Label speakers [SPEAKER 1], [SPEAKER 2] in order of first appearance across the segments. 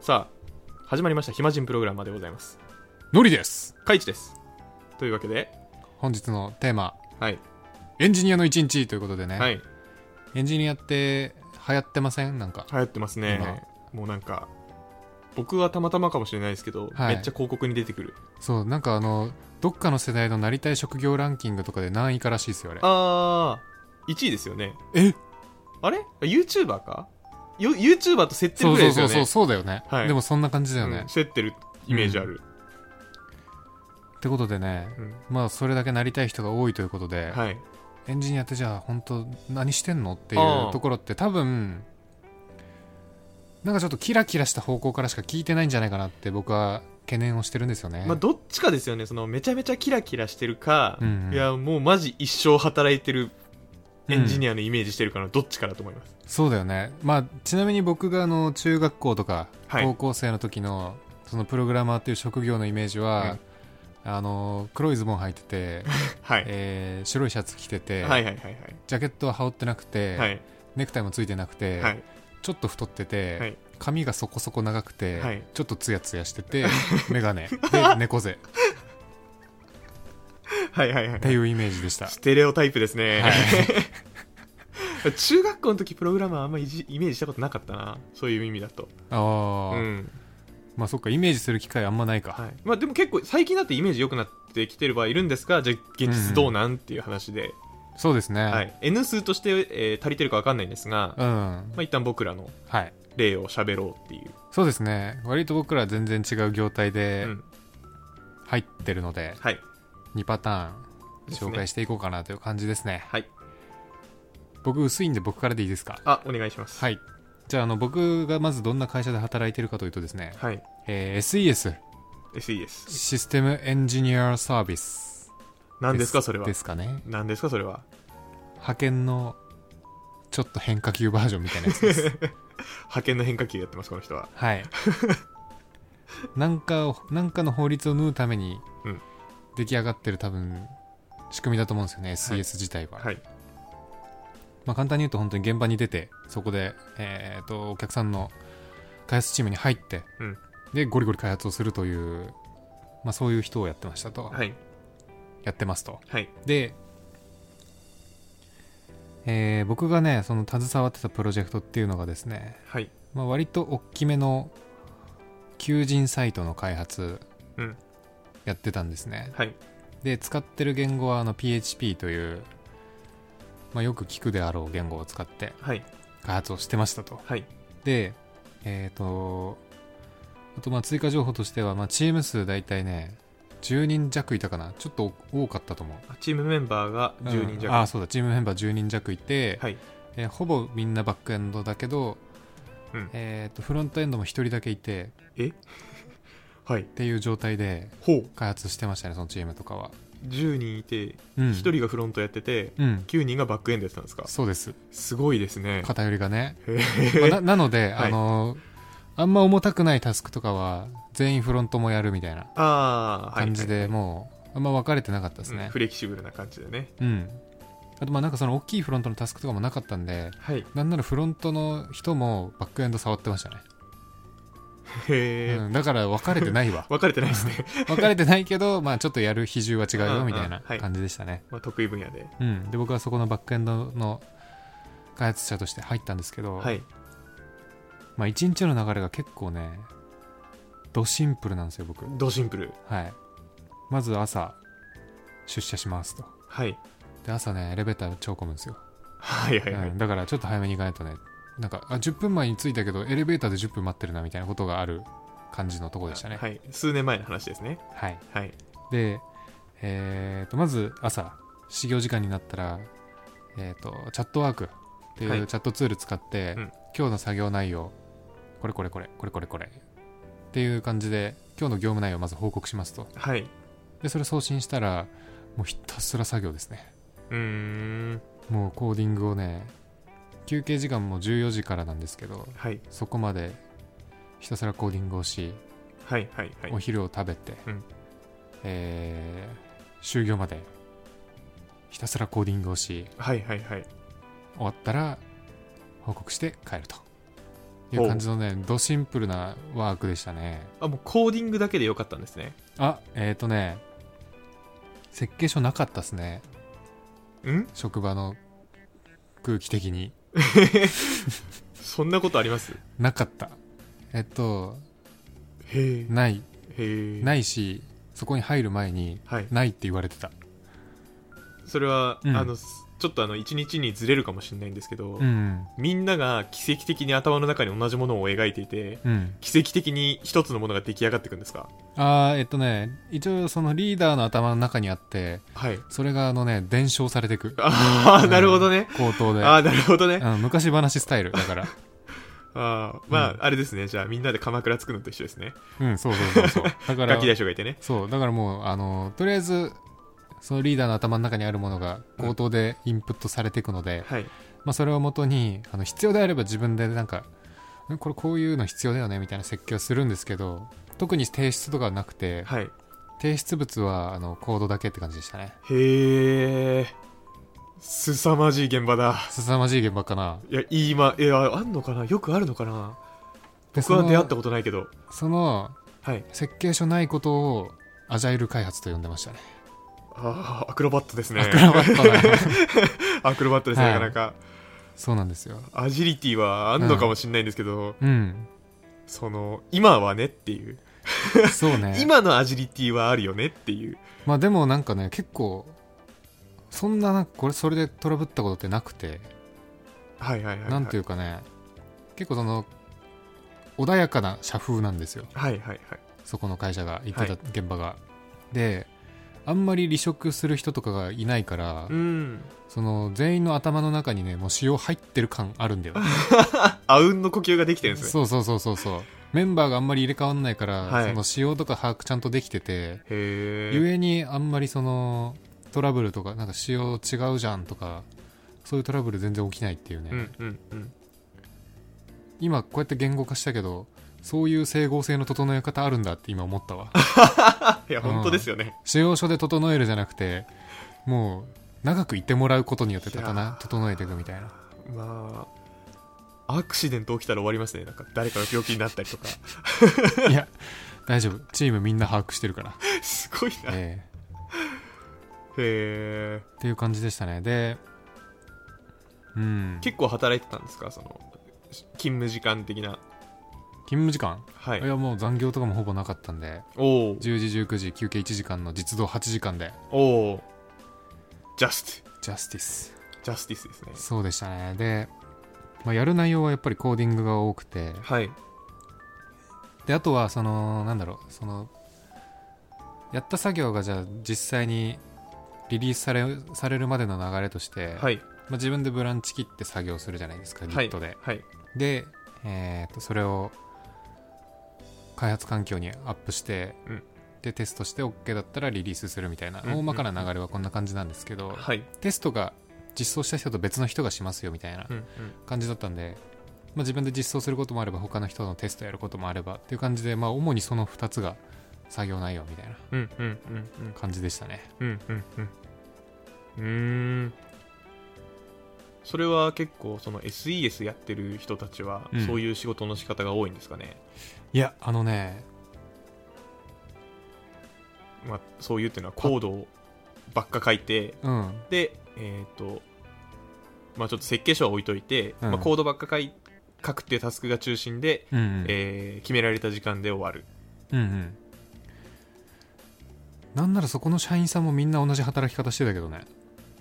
[SPEAKER 1] さあ始まりました暇人プログラマーでございます
[SPEAKER 2] のりです
[SPEAKER 1] カイチですというわけで
[SPEAKER 2] 本日のテーマ
[SPEAKER 1] はい
[SPEAKER 2] エンジニアの一日ということでね、
[SPEAKER 1] はい流
[SPEAKER 2] エンジニアって流行ってませんなんか
[SPEAKER 1] 行ってますねもうなんか僕はたまたまかもしれないですけど、
[SPEAKER 2] はい
[SPEAKER 1] めっちゃ広告に出てくる
[SPEAKER 2] そうなんかあのどっかの世代のなりたい職業ランキングとかで何位からしいですよあれ
[SPEAKER 1] あー1位ですよね
[SPEAKER 2] え
[SPEAKER 1] あれ ?YouTuber かよ ?YouTuber と競ってる
[SPEAKER 2] そう
[SPEAKER 1] ぐらい
[SPEAKER 2] そ
[SPEAKER 1] ですよ
[SPEAKER 2] うそう
[SPEAKER 1] ね
[SPEAKER 2] そうそうだよね、
[SPEAKER 1] はい
[SPEAKER 2] でもそんな感じだよね、
[SPEAKER 1] うん競ってるイメージある、
[SPEAKER 2] ってことでね
[SPEAKER 1] うん
[SPEAKER 2] まあそれだけなりたい人が多いということで、
[SPEAKER 1] はい
[SPEAKER 2] エンジニアってじゃあ本当何してんのってい
[SPEAKER 1] あー
[SPEAKER 2] うところって多分なんかちょっとキラキラした方向からしか聞いてないんじゃないかなって僕は懸念をしてるんですよね、
[SPEAKER 1] まあ、どっちかですよねそのめちゃめちゃキラキラしてるか、
[SPEAKER 2] うんうん
[SPEAKER 1] いやもうマジ一生働いてるエンジニアのイメージしてるからどっちかだと思います、
[SPEAKER 2] そうだよね、まあ、ちなみに僕があの中学校とか
[SPEAKER 1] はい
[SPEAKER 2] 高校生の時のそのプログラマーっていう職業のイメージは、あの黒いズボン履いてて、
[SPEAKER 1] はい、
[SPEAKER 2] えー白いシャツ着てて、
[SPEAKER 1] はいはいはい
[SPEAKER 2] ジャケットは羽織ってなくて、
[SPEAKER 1] はいはい
[SPEAKER 2] ネクタイもついてなくて、
[SPEAKER 1] はい
[SPEAKER 2] ちょっと太ってて、
[SPEAKER 1] はい
[SPEAKER 2] 髪がそこそこ長くて、
[SPEAKER 1] はい
[SPEAKER 2] ちょっとツヤツヤしてて 眼鏡で猫背っ
[SPEAKER 1] はいはいはい
[SPEAKER 2] ていうイメージでした
[SPEAKER 1] ステレオタイプですね、
[SPEAKER 2] はい
[SPEAKER 1] 中学校の時プログラマーあんまいじイメージしたことなかったなそういう意味だと
[SPEAKER 2] あ
[SPEAKER 1] う
[SPEAKER 2] あ、
[SPEAKER 1] ん
[SPEAKER 2] まあそっかイメージする機会あんまないか、
[SPEAKER 1] はいまあ、でも結構最近だってイメージ良くなってきてる場合いるんですがじゃあ現実どうなんっていう話で、
[SPEAKER 2] そうですね、
[SPEAKER 1] はい、N 数として、えー足りてるか分かんないんですが、
[SPEAKER 2] うん
[SPEAKER 1] まあ、一旦僕らの
[SPEAKER 2] はい
[SPEAKER 1] 例を喋ろうっていう、
[SPEAKER 2] そうですね割と僕らは全然違う業態で
[SPEAKER 1] うん
[SPEAKER 2] 入ってるので、
[SPEAKER 1] はい
[SPEAKER 2] 2パターン
[SPEAKER 1] ですね
[SPEAKER 2] 紹介していこうかなという感じですね
[SPEAKER 1] はい
[SPEAKER 2] 僕薄いんで僕からでいいですか
[SPEAKER 1] あお願いします
[SPEAKER 2] はいじゃああの僕がまずどんな会社で働いてるかというとですね、
[SPEAKER 1] はい、はい、
[SPEAKER 2] えー SES
[SPEAKER 1] SES
[SPEAKER 2] システムエンジニアサービス
[SPEAKER 1] 何ですかそれは
[SPEAKER 2] ですかね
[SPEAKER 1] 何ですかそれは
[SPEAKER 2] 派遣のちょっと変化球バージョンみたいなやつです
[SPEAKER 1] 派遣の変化球やってますこの人は
[SPEAKER 2] はいなんかをなんかの法律を縫うために
[SPEAKER 1] うん
[SPEAKER 2] 出来上がってる多分仕組みだと思うんですよね SES 自体は、
[SPEAKER 1] はい
[SPEAKER 2] まあ、簡単に言うと本当に現場に出てそこで、えー、とお客さんの開発チームに入って、
[SPEAKER 1] うん
[SPEAKER 2] でゴリゴリ開発をするという、まあ、そういう人をやってましたと、
[SPEAKER 1] はい
[SPEAKER 2] やってますと
[SPEAKER 1] はい
[SPEAKER 2] で、えー僕がねその携わってたプロジェクトっていうのがですね、
[SPEAKER 1] はい
[SPEAKER 2] まあ、割と大きめの求人サイトの開発
[SPEAKER 1] うん
[SPEAKER 2] やってたんですね、
[SPEAKER 1] はい
[SPEAKER 2] で使ってる言語はあの PHP という、まあ、よく聞くであろう言語を使って
[SPEAKER 1] はい
[SPEAKER 2] 開発をしてましたと
[SPEAKER 1] はい
[SPEAKER 2] でえっ、とあとまあ追加情報としては、まあ、チーム数大体ね10人弱いたかなちょっと多かったと思う
[SPEAKER 1] あチームメンバーが10人
[SPEAKER 2] う
[SPEAKER 1] 弱、
[SPEAKER 2] んあそうだチームメンバー10人弱いて、
[SPEAKER 1] はい
[SPEAKER 2] えーほぼみんなバックエンドだけど、
[SPEAKER 1] うん
[SPEAKER 2] えー、とフロントエンドも1人だけいて
[SPEAKER 1] はい
[SPEAKER 2] っていう状態で
[SPEAKER 1] ほう
[SPEAKER 2] 開発してましたねそのチームとかは、
[SPEAKER 1] 10人いて
[SPEAKER 2] うん、
[SPEAKER 1] 1人がフロントやってて
[SPEAKER 2] うん
[SPEAKER 1] 9人がバックエンドやってたんですか
[SPEAKER 2] そうです
[SPEAKER 1] すごいですね
[SPEAKER 2] 偏りがね、
[SPEAKER 1] へ
[SPEAKER 2] ま
[SPEAKER 1] ー
[SPEAKER 2] あななので、
[SPEAKER 1] はい
[SPEAKER 2] あのーあんま重たくないタスクとかは全員フロントもやるみたいな
[SPEAKER 1] ああ
[SPEAKER 2] 感じでもうあんま分かれてなかったですね
[SPEAKER 1] フレキシブルな感じでね
[SPEAKER 2] うん、あとまあなんかその大きいフロントのタスクとかもなかったんで
[SPEAKER 1] はい
[SPEAKER 2] なんならフロントの人もバックエンド触ってましたね、
[SPEAKER 1] へえ、
[SPEAKER 2] うん、だから分かれてない わ
[SPEAKER 1] 分かれてないですね、
[SPEAKER 2] 分かれてないけど、まあ、ちょっとやる比重は違う
[SPEAKER 1] うんう
[SPEAKER 2] よ
[SPEAKER 1] ん
[SPEAKER 2] みたいな
[SPEAKER 1] はい
[SPEAKER 2] 感じでしたね、
[SPEAKER 1] まあ、得意分野で
[SPEAKER 2] うん、で僕はそこのバックエンドの開発者として入ったんですけど、
[SPEAKER 1] はい
[SPEAKER 2] まあ、一日の流れが結構ねドシンプルなんですよ僕、
[SPEAKER 1] ドシンプル
[SPEAKER 2] はい、まず朝出社しますと
[SPEAKER 1] はい
[SPEAKER 2] で朝ねエレベーター超混むんですよ、
[SPEAKER 1] はいはいはい、
[SPEAKER 2] うん、だからちょっと早めに行かないとねなんかあ10分前に着いたけどエレベーターで10分待ってるなみたいなことがある感じのとこでしたね
[SPEAKER 1] あはい、数年前の話ですね
[SPEAKER 2] はい
[SPEAKER 1] はい
[SPEAKER 2] で、えー、とまず朝始業時間になったら、えー、とチャットワークって
[SPEAKER 1] はいいう
[SPEAKER 2] チャットツール使って、
[SPEAKER 1] うん
[SPEAKER 2] 今日の作業内容これこれこれこれこれこれっていう感じで今日の業務内容をまず報告しますと
[SPEAKER 1] はい
[SPEAKER 2] でそれ送信したらもうひたすら作業ですね
[SPEAKER 1] うーん
[SPEAKER 2] もうコーディングをね休憩時間も14時からなんですけど
[SPEAKER 1] はい
[SPEAKER 2] そこまでひたすらコーディングをし、
[SPEAKER 1] はいはいはい
[SPEAKER 2] お昼を食べて、
[SPEAKER 1] うん
[SPEAKER 2] えー終業までひたすらコーディングをし
[SPEAKER 1] はいはいはい
[SPEAKER 2] 終わったら報告して帰るという感じのねドシンプルなワークでしたね
[SPEAKER 1] あもうコーディングだけでよかったんですね
[SPEAKER 2] あえっ、ー、とね設計書なかったっすね
[SPEAKER 1] ん
[SPEAKER 2] 職場の空気的に
[SPEAKER 1] そんなことありますへ
[SPEAKER 2] なかったえっと
[SPEAKER 1] え
[SPEAKER 2] ない
[SPEAKER 1] へえ
[SPEAKER 2] ないしそこに入る前に
[SPEAKER 1] はい
[SPEAKER 2] ないって言われてた
[SPEAKER 1] それは、
[SPEAKER 2] うん
[SPEAKER 1] あのすちょっとあの1日にずれるかもしれないんですけど、
[SPEAKER 2] うん
[SPEAKER 1] みんなが奇跡的に頭の中に同じものを描いていて
[SPEAKER 2] うん
[SPEAKER 1] 奇跡的に一つのものが出来上がっていくんですか
[SPEAKER 2] あーえっとね一応そのリーダーの頭の中にあって
[SPEAKER 1] はい
[SPEAKER 2] それがあのね伝承されてく
[SPEAKER 1] ああ、
[SPEAKER 2] うん
[SPEAKER 1] なるほどね
[SPEAKER 2] 口頭で
[SPEAKER 1] ああなるほどね、
[SPEAKER 2] うん、昔話スタイルだから
[SPEAKER 1] ああまあ、
[SPEAKER 2] うん
[SPEAKER 1] あれですねじゃあみんなで鎌倉作るのと一緒ですね
[SPEAKER 2] うんそうそうそうそうだから
[SPEAKER 1] ガキ大将がいてね
[SPEAKER 2] そうだからもうあのとりあえずそのリーダーの頭の中にあるものが口頭でインプットされていくので、
[SPEAKER 1] はい
[SPEAKER 2] まあ、それをもとにあの必要であれば自分でなんかんこれこういうの必要だよねみたいな設計をするんですけど特に提出とかはなくて
[SPEAKER 1] はい
[SPEAKER 2] 提出物はあのコードだけって感じでしたね
[SPEAKER 1] へえ凄まじい現場だ
[SPEAKER 2] 凄まじい現場かない
[SPEAKER 1] や今いやあんのかなよくあるのかな
[SPEAKER 2] で
[SPEAKER 1] 僕は出会った
[SPEAKER 2] その
[SPEAKER 1] ことないけど
[SPEAKER 2] その
[SPEAKER 1] はい
[SPEAKER 2] 設計書ないことをアジャイル開発と呼んでま したね
[SPEAKER 1] ああアクロバットですね
[SPEAKER 2] アクロバットな
[SPEAKER 1] アクロバットですね、
[SPEAKER 2] はい
[SPEAKER 1] なかなか
[SPEAKER 2] そうなんですよ
[SPEAKER 1] アジリティはあんのかもしれないんですけど、
[SPEAKER 2] うん
[SPEAKER 1] その今はねっていう、
[SPEAKER 2] そうね
[SPEAKER 1] 今のアジリティはあるよねっていう
[SPEAKER 2] まあでもなんかね結構そんななんかこれそれでトラブったことってなくて
[SPEAKER 1] はいはいはい、はい、
[SPEAKER 2] なんていうかね結構その穏やかな社風なんですよ
[SPEAKER 1] はいはいはい
[SPEAKER 2] そこの会社が行っ
[SPEAKER 1] は
[SPEAKER 2] て
[SPEAKER 1] い
[SPEAKER 2] た現場が、であんまり離職する人とかがいないから、
[SPEAKER 1] うん
[SPEAKER 2] その全員の頭の中にねもう塩入ってる感あるんだよ
[SPEAKER 1] あうんの呼吸ができてるんですね
[SPEAKER 2] そうそうそうそうそうメンバーがあんまり入れ替わんないから、
[SPEAKER 1] はい
[SPEAKER 2] その塩とか把握ちゃんとできてて
[SPEAKER 1] へ
[SPEAKER 2] ゆ
[SPEAKER 1] え
[SPEAKER 2] えにあんまりそのトラブルとかなんか仕様違うじゃんとかそういうトラブル全然起きないっていうね、
[SPEAKER 1] うんうんうん
[SPEAKER 2] 今こうやって言語化したけどそういう整合性の整え方あるんだって今思ったわ
[SPEAKER 1] あいや
[SPEAKER 2] うん
[SPEAKER 1] 本当ですよね、
[SPEAKER 2] 仕様書で整えるじゃなくてもう長くいてもらうことによって
[SPEAKER 1] いやー
[SPEAKER 2] 整整えていくみたいな
[SPEAKER 1] まあアクシデント起きたら終わりますねなんか誰かが病気になったりと か
[SPEAKER 2] いや大丈夫チームみんな把握してるから、
[SPEAKER 1] すごいなへ
[SPEAKER 2] え
[SPEAKER 1] え
[SPEAKER 2] えっていう感じでしたねでうん勤
[SPEAKER 1] 結構働いてたんですかその勤務時間的な
[SPEAKER 2] 務時間、
[SPEAKER 1] はい
[SPEAKER 2] い、やもう残業とかもほぼなかったんで
[SPEAKER 1] おお
[SPEAKER 2] 10時19時休憩1時間の実働8時間で
[SPEAKER 1] おおジャスティ
[SPEAKER 2] ジャスティス
[SPEAKER 1] ジャスティスですね
[SPEAKER 2] そうでしたねで、まあ、やる内容はやっぱりコーディングが多くて
[SPEAKER 1] はい
[SPEAKER 2] であとはそのなんだろうそのやった作業がじゃあ実際にリリースされされるまでの流れとして、
[SPEAKER 1] はい
[SPEAKER 2] まあ、自分でブランチ切って作業するじゃないですか
[SPEAKER 1] はい
[SPEAKER 2] Git で、
[SPEAKER 1] はい
[SPEAKER 2] で、えーとそれを開発環境にアップして、
[SPEAKER 1] うん
[SPEAKER 2] でテストして OK だったらリリースするみたい
[SPEAKER 1] う
[SPEAKER 2] な
[SPEAKER 1] んうん
[SPEAKER 2] 大まかな流れはこんな感じなんですけど、
[SPEAKER 1] はい
[SPEAKER 2] テストが実装した人と別の人がしますよみたいな
[SPEAKER 1] うんうん
[SPEAKER 2] 感じだったんで、まあ、自分で実装することもあれば他の人のテストやることもあればっていう感じで、まあ、主にその2つが作業内容みたいな
[SPEAKER 1] うんうん
[SPEAKER 2] 感じでしたね
[SPEAKER 1] うんうんうんうんうんうーんそれは結構その SES やってる人たちは
[SPEAKER 2] うん
[SPEAKER 1] そういう仕事の仕方が多いんですかね、
[SPEAKER 2] いやあのね
[SPEAKER 1] まあ、そういうっていうのはコードばっか書いて
[SPEAKER 2] うん
[SPEAKER 1] でえっ、とまあちょっと設計書は置いといて、
[SPEAKER 2] うん
[SPEAKER 1] まあ、コードばっか書い書くっていうタスクが中心で、
[SPEAKER 2] うんうん、
[SPEAKER 1] えー決められた時間で終わる
[SPEAKER 2] うんうんなんならそこの社員さんもみんな同じ働き方してたけどね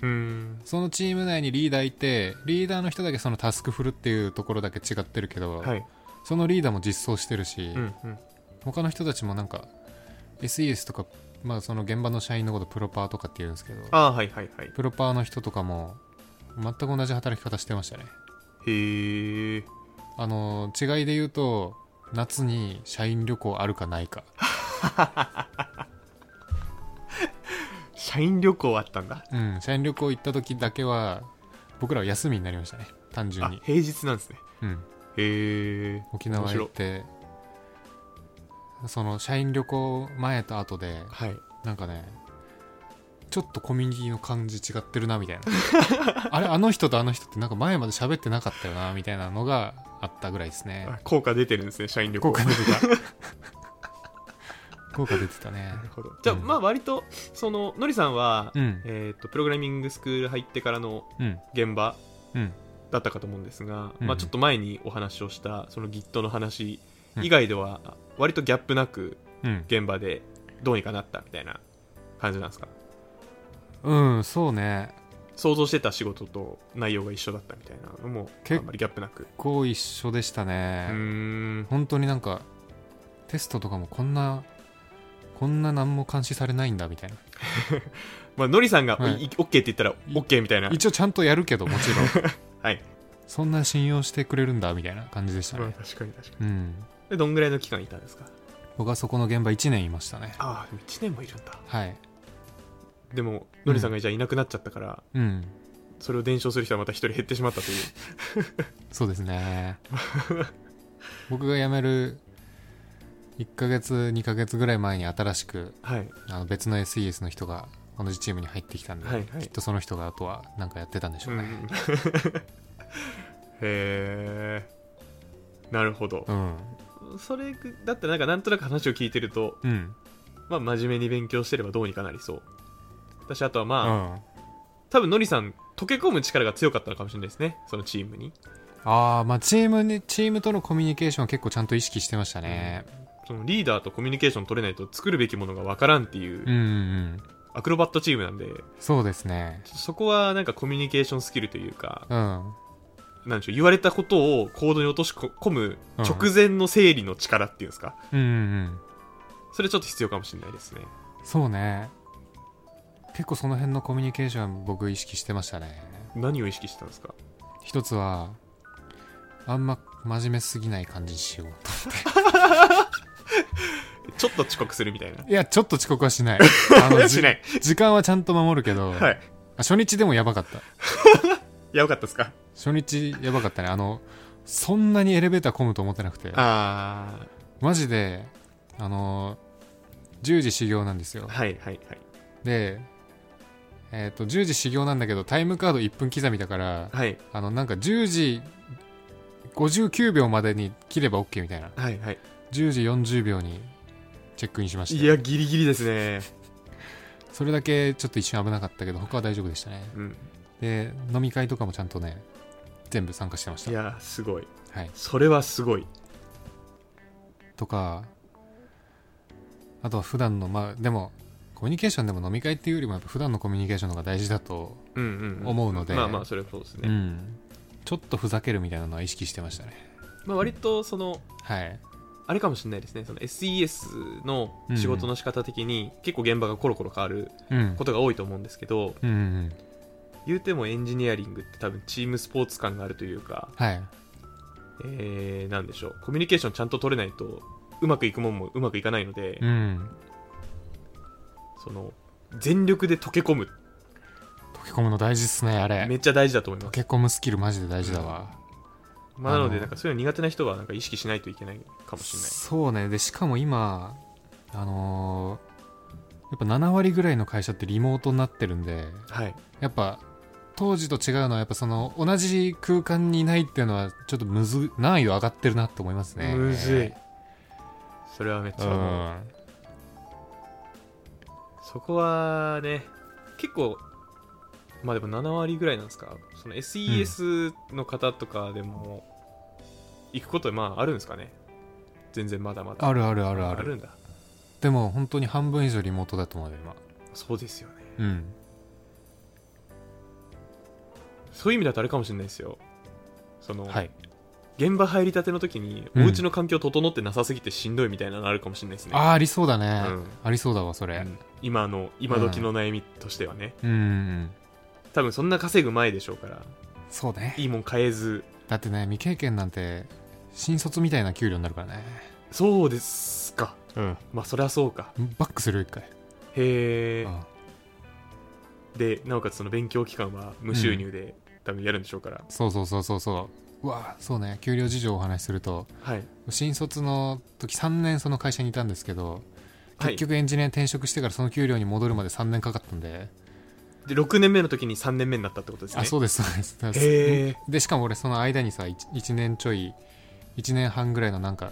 [SPEAKER 1] うーん
[SPEAKER 2] そのチーム内にリーダーいてリーダーの人だけそのタスク振るっていうところだけ違ってるけど、
[SPEAKER 1] はい
[SPEAKER 2] そのリーダーも実装してるし、
[SPEAKER 1] うんうん
[SPEAKER 2] 他の人たちもなんか SES とか、まあ、その現場の社員のことプロパーとかって言うんですけど
[SPEAKER 1] ああはいはいはい
[SPEAKER 2] プロパーの人とかも全く同じ働き方してましたね
[SPEAKER 1] へえ
[SPEAKER 2] あの違いで言うと夏に社員旅行あるかないか
[SPEAKER 1] 社員旅行あったんだ
[SPEAKER 2] うん社員旅行行った時だけは僕らは休みになりましたね単純
[SPEAKER 1] あ
[SPEAKER 2] に、
[SPEAKER 1] 平日なんですね
[SPEAKER 2] うん、
[SPEAKER 1] へえ
[SPEAKER 2] 沖縄行ってその社員旅行前と後で
[SPEAKER 1] はい
[SPEAKER 2] なんかねちょっとコミュニティの感じ違ってるなみた いなあれあの人とあの人ってなんか前まで喋ってなかったよなみたいなのがあったぐらいですね
[SPEAKER 1] あ効果出てるんですね社員旅行
[SPEAKER 2] 効果出て た効果出てたね
[SPEAKER 1] なるほどじゃあ、
[SPEAKER 2] うん
[SPEAKER 1] まあ割とそののりさんは、
[SPEAKER 2] うん
[SPEAKER 1] えー、とプログラミングスクール入ってからの
[SPEAKER 2] うん
[SPEAKER 1] 現場
[SPEAKER 2] うん
[SPEAKER 1] だったかと思うんですが、
[SPEAKER 2] うん
[SPEAKER 1] まあ、ちょっと前にお話をしたその Git の話以外では割とギャップなく
[SPEAKER 2] うん
[SPEAKER 1] 現場でどうにかなったみたいな感じなんですか
[SPEAKER 2] うんそうね
[SPEAKER 1] 想像してた仕事と内容が一緒だったみたいなのもあ
[SPEAKER 2] 結
[SPEAKER 1] んまりギャップなく
[SPEAKER 2] こう一緒でした
[SPEAKER 1] う
[SPEAKER 2] ね
[SPEAKER 1] ーん
[SPEAKER 2] 本当になんかテストとかもこんなこんな何も監視されないんだみたいな
[SPEAKER 1] まあのりさんが
[SPEAKER 2] はい
[SPEAKER 1] い OK って言ったら OK みたいな
[SPEAKER 2] 一応ちゃんとやるけどもちろん
[SPEAKER 1] はい、
[SPEAKER 2] そんな信用してくれるんだみたいな感じでした
[SPEAKER 1] まあ
[SPEAKER 2] ね
[SPEAKER 1] 確かに確かに
[SPEAKER 2] うん
[SPEAKER 1] でどんぐらいの期間いたんですか
[SPEAKER 2] 僕はそこの現場1年いましたね
[SPEAKER 1] ああ1年もいるんだ
[SPEAKER 2] はい
[SPEAKER 1] でものりさんがじゃあいなくなっちゃったから、
[SPEAKER 2] うん
[SPEAKER 1] それを伝承する人はまた一人減ってしまったという
[SPEAKER 2] そうですね僕が辞める1ヶ月2ヶ月ぐらい前に新しく
[SPEAKER 1] はい
[SPEAKER 2] あの別の SES の人が同じチームに入ってきたんで、
[SPEAKER 1] はいは
[SPEAKER 2] きっ
[SPEAKER 1] い
[SPEAKER 2] とその人があとは何かやってたんでしょ
[SPEAKER 1] う
[SPEAKER 2] うんね、
[SPEAKER 1] へえなるほど、
[SPEAKER 2] うん
[SPEAKER 1] それだってなんかなんとなく話を聞いてると、
[SPEAKER 2] うん
[SPEAKER 1] まあ、真面目に勉強してればどうにかなりそう私あとは
[SPEAKER 2] う
[SPEAKER 1] まあ、
[SPEAKER 2] ん
[SPEAKER 1] 多分のりさん溶け込む力が強かったのかもしれないですねそのチームに、
[SPEAKER 2] ああまあチームにチームとのコミュニケーションは結構ちゃんと意識してましたね
[SPEAKER 1] そのリーダーとコミュニケーション取れないと作るべきものがわからんっていう、
[SPEAKER 2] うん、うんうん
[SPEAKER 1] アクロバットチームなんでちょ
[SPEAKER 2] そうですね
[SPEAKER 1] っとそこはなんかコミュニケーションスキルというか
[SPEAKER 2] うん
[SPEAKER 1] なんでしょう言われたことを行動に落とし込む直前の整理の力っていうんですか、
[SPEAKER 2] うんうんうん
[SPEAKER 1] それちょっと必要かもしれないですね
[SPEAKER 2] そうね結構その辺のコミュニケーションは僕意識してましたね
[SPEAKER 1] 何を意識してたんですか
[SPEAKER 2] 一つはあんま真面目すぎない感じにしようと
[SPEAKER 1] ちょっと遅刻するみ たいな
[SPEAKER 2] いやちょっと遅刻はし ないあ
[SPEAKER 1] いや
[SPEAKER 2] の
[SPEAKER 1] しないい
[SPEAKER 2] 時間はちゃんと守るけど、
[SPEAKER 1] はい
[SPEAKER 2] あ初日でもやばかった
[SPEAKER 1] いやよかったですか
[SPEAKER 2] 初日やばかったねあのそんなにエレベーター混むと思ってなくて
[SPEAKER 1] あ
[SPEAKER 2] マジであの10時始業なんですよ
[SPEAKER 1] あはいはいはい
[SPEAKER 2] でえっ、と10時始業なんだけどタイムカード1分刻みだから
[SPEAKER 1] はい
[SPEAKER 2] あのなんか10時59秒までに切れば OK みたいな
[SPEAKER 1] はいはい
[SPEAKER 2] 10時40秒にチェックインしまし
[SPEAKER 1] い
[SPEAKER 2] た
[SPEAKER 1] やギリギリですね
[SPEAKER 2] それだけちょっと一瞬危なかったけど他は大丈夫でしたね
[SPEAKER 1] うん
[SPEAKER 2] で飲み会とかもちゃんとね全部参加してまし
[SPEAKER 1] い
[SPEAKER 2] た
[SPEAKER 1] やすごい
[SPEAKER 2] はい
[SPEAKER 1] それはすごい
[SPEAKER 2] とかあとは普段のまあでもコミュニケーションでも飲み会っていうよりもやっぱ普段のコミュニケーションの方が大事だと、
[SPEAKER 1] うんうん、ん、
[SPEAKER 2] 思うので
[SPEAKER 1] まあまあそれはそうですね、
[SPEAKER 2] うんちょっとふざけるみたいなのは意識してましたね
[SPEAKER 1] まあ、割とその
[SPEAKER 2] はい
[SPEAKER 1] あれかもしれないですねその SES の仕事の仕方的に結構現場がコロコロ変わる
[SPEAKER 2] うん
[SPEAKER 1] ことが多いと思うんですけど、
[SPEAKER 2] うんうんうん
[SPEAKER 1] 言うてもエンジニアリングって多分チームスポーツ感があるというか
[SPEAKER 2] はい
[SPEAKER 1] えー、なんでしょうコミュニケーションちゃんと取れないとうまくいくもんもうまくいかないので、
[SPEAKER 2] うん
[SPEAKER 1] その全力で溶け込む
[SPEAKER 2] 溶け込むの大事っすねあ
[SPEAKER 1] め
[SPEAKER 2] れ
[SPEAKER 1] っちゃ大事だと思い
[SPEAKER 2] 溶
[SPEAKER 1] ます、
[SPEAKER 2] け込むスキルマジで大事だわ、
[SPEAKER 1] まあ、なの
[SPEAKER 2] あ
[SPEAKER 1] で
[SPEAKER 2] の
[SPEAKER 1] なんかそういうの苦手な人はなんか意識しないといけないかもしれない
[SPEAKER 2] そうねでしかも今あのーやっぱ7割ぐらいの会社ってリモートになってるんで
[SPEAKER 1] はい
[SPEAKER 2] やっぱ当時と違うのはやっぱその同じ空間にいないっていうのはちょっとむず難易度上がってるなって思いますね
[SPEAKER 1] むずいそれはめっち
[SPEAKER 2] う
[SPEAKER 1] ゃ思う、
[SPEAKER 2] ん
[SPEAKER 1] そこはね結構まあでも7割ぐらいなんですかその SES の方とかでも行くことまああるんですかね全然まだまだ
[SPEAKER 2] あるあるあるあ
[SPEAKER 1] ある
[SPEAKER 2] る
[SPEAKER 1] んだ
[SPEAKER 2] でも本当に半分以上リモートだと思うよ今
[SPEAKER 1] そうですよね
[SPEAKER 2] うん
[SPEAKER 1] そういう意味だとあれかもしれないですよその、
[SPEAKER 2] はい
[SPEAKER 1] 現場入りたての時に
[SPEAKER 2] うん
[SPEAKER 1] お家の環境整ってなさすぎてしんどいみたいなのあるかもしれないですね、
[SPEAKER 2] あーありそうだね、
[SPEAKER 1] うん
[SPEAKER 2] ありそうだわそうれ
[SPEAKER 1] ん今の今時の悩みとしてはね、
[SPEAKER 2] うん、うん、
[SPEAKER 1] 多分そんな稼ぐ前でしょうから
[SPEAKER 2] そうね
[SPEAKER 1] いいもん買えず
[SPEAKER 2] だってね未経験なんて新卒みたいな給料になるからね
[SPEAKER 1] そうですか
[SPEAKER 2] うん
[SPEAKER 1] まあそりゃそうか
[SPEAKER 2] バックするよ一回
[SPEAKER 1] へ
[SPEAKER 2] あ
[SPEAKER 1] えでなおかつその勉強期間は無収入で多分やるんでしょうから、
[SPEAKER 2] そうそうそうそうそううわそうね給料事情をお話しすると
[SPEAKER 1] はい
[SPEAKER 2] 新卒の時3年その会社にいたんですけど
[SPEAKER 1] は
[SPEAKER 2] 結
[SPEAKER 1] い
[SPEAKER 2] 局エンジニアに転職してからその給料に戻るまで3年かかったんで、
[SPEAKER 1] で6年目の時に3年目になったってことですね
[SPEAKER 2] あそうですそうですだから
[SPEAKER 1] へー
[SPEAKER 2] でしかも俺その間にさ 1, 年ちょい1年半ぐらいのなんか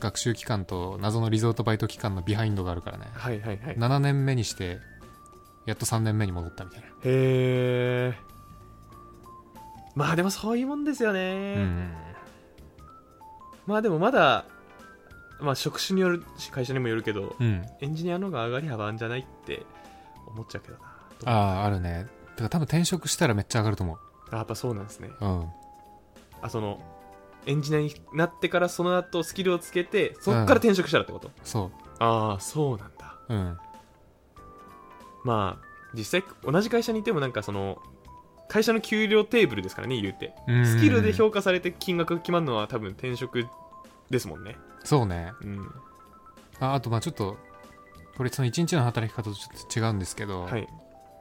[SPEAKER 2] 学習期間と謎のリゾートバイト期間のビハインドがあるからね
[SPEAKER 1] はいはいはいへ
[SPEAKER 2] 7年目にしてやっと3年目に戻ったみたいな、
[SPEAKER 1] えまあでもそういうもんですよね、
[SPEAKER 2] うん
[SPEAKER 1] まあでもまだまあ職種によるし会社にもよるけど
[SPEAKER 2] うん
[SPEAKER 1] エンジニアの方が上がり幅あるんじゃないって思っちゃうけどな
[SPEAKER 2] あああるねだから多分転職したらめっちゃ上がると思
[SPEAKER 1] あやっぱそうなんですね
[SPEAKER 2] ううん
[SPEAKER 1] あそのエンジニアになってからその後スキルをつけてそっから転職したらってこと、
[SPEAKER 2] そ
[SPEAKER 1] ああそうなんだ
[SPEAKER 2] ううん
[SPEAKER 1] まあ実際同じ会社にいてもなんかその会社の給料テーブルですからね言うて
[SPEAKER 2] うん
[SPEAKER 1] スキルで評価されて金額が決まるのは多分転職ですもんね
[SPEAKER 2] そうね
[SPEAKER 1] うん
[SPEAKER 2] ああとまあちょっとこれその1日の働き方とちょっと違うんですけど、
[SPEAKER 1] はい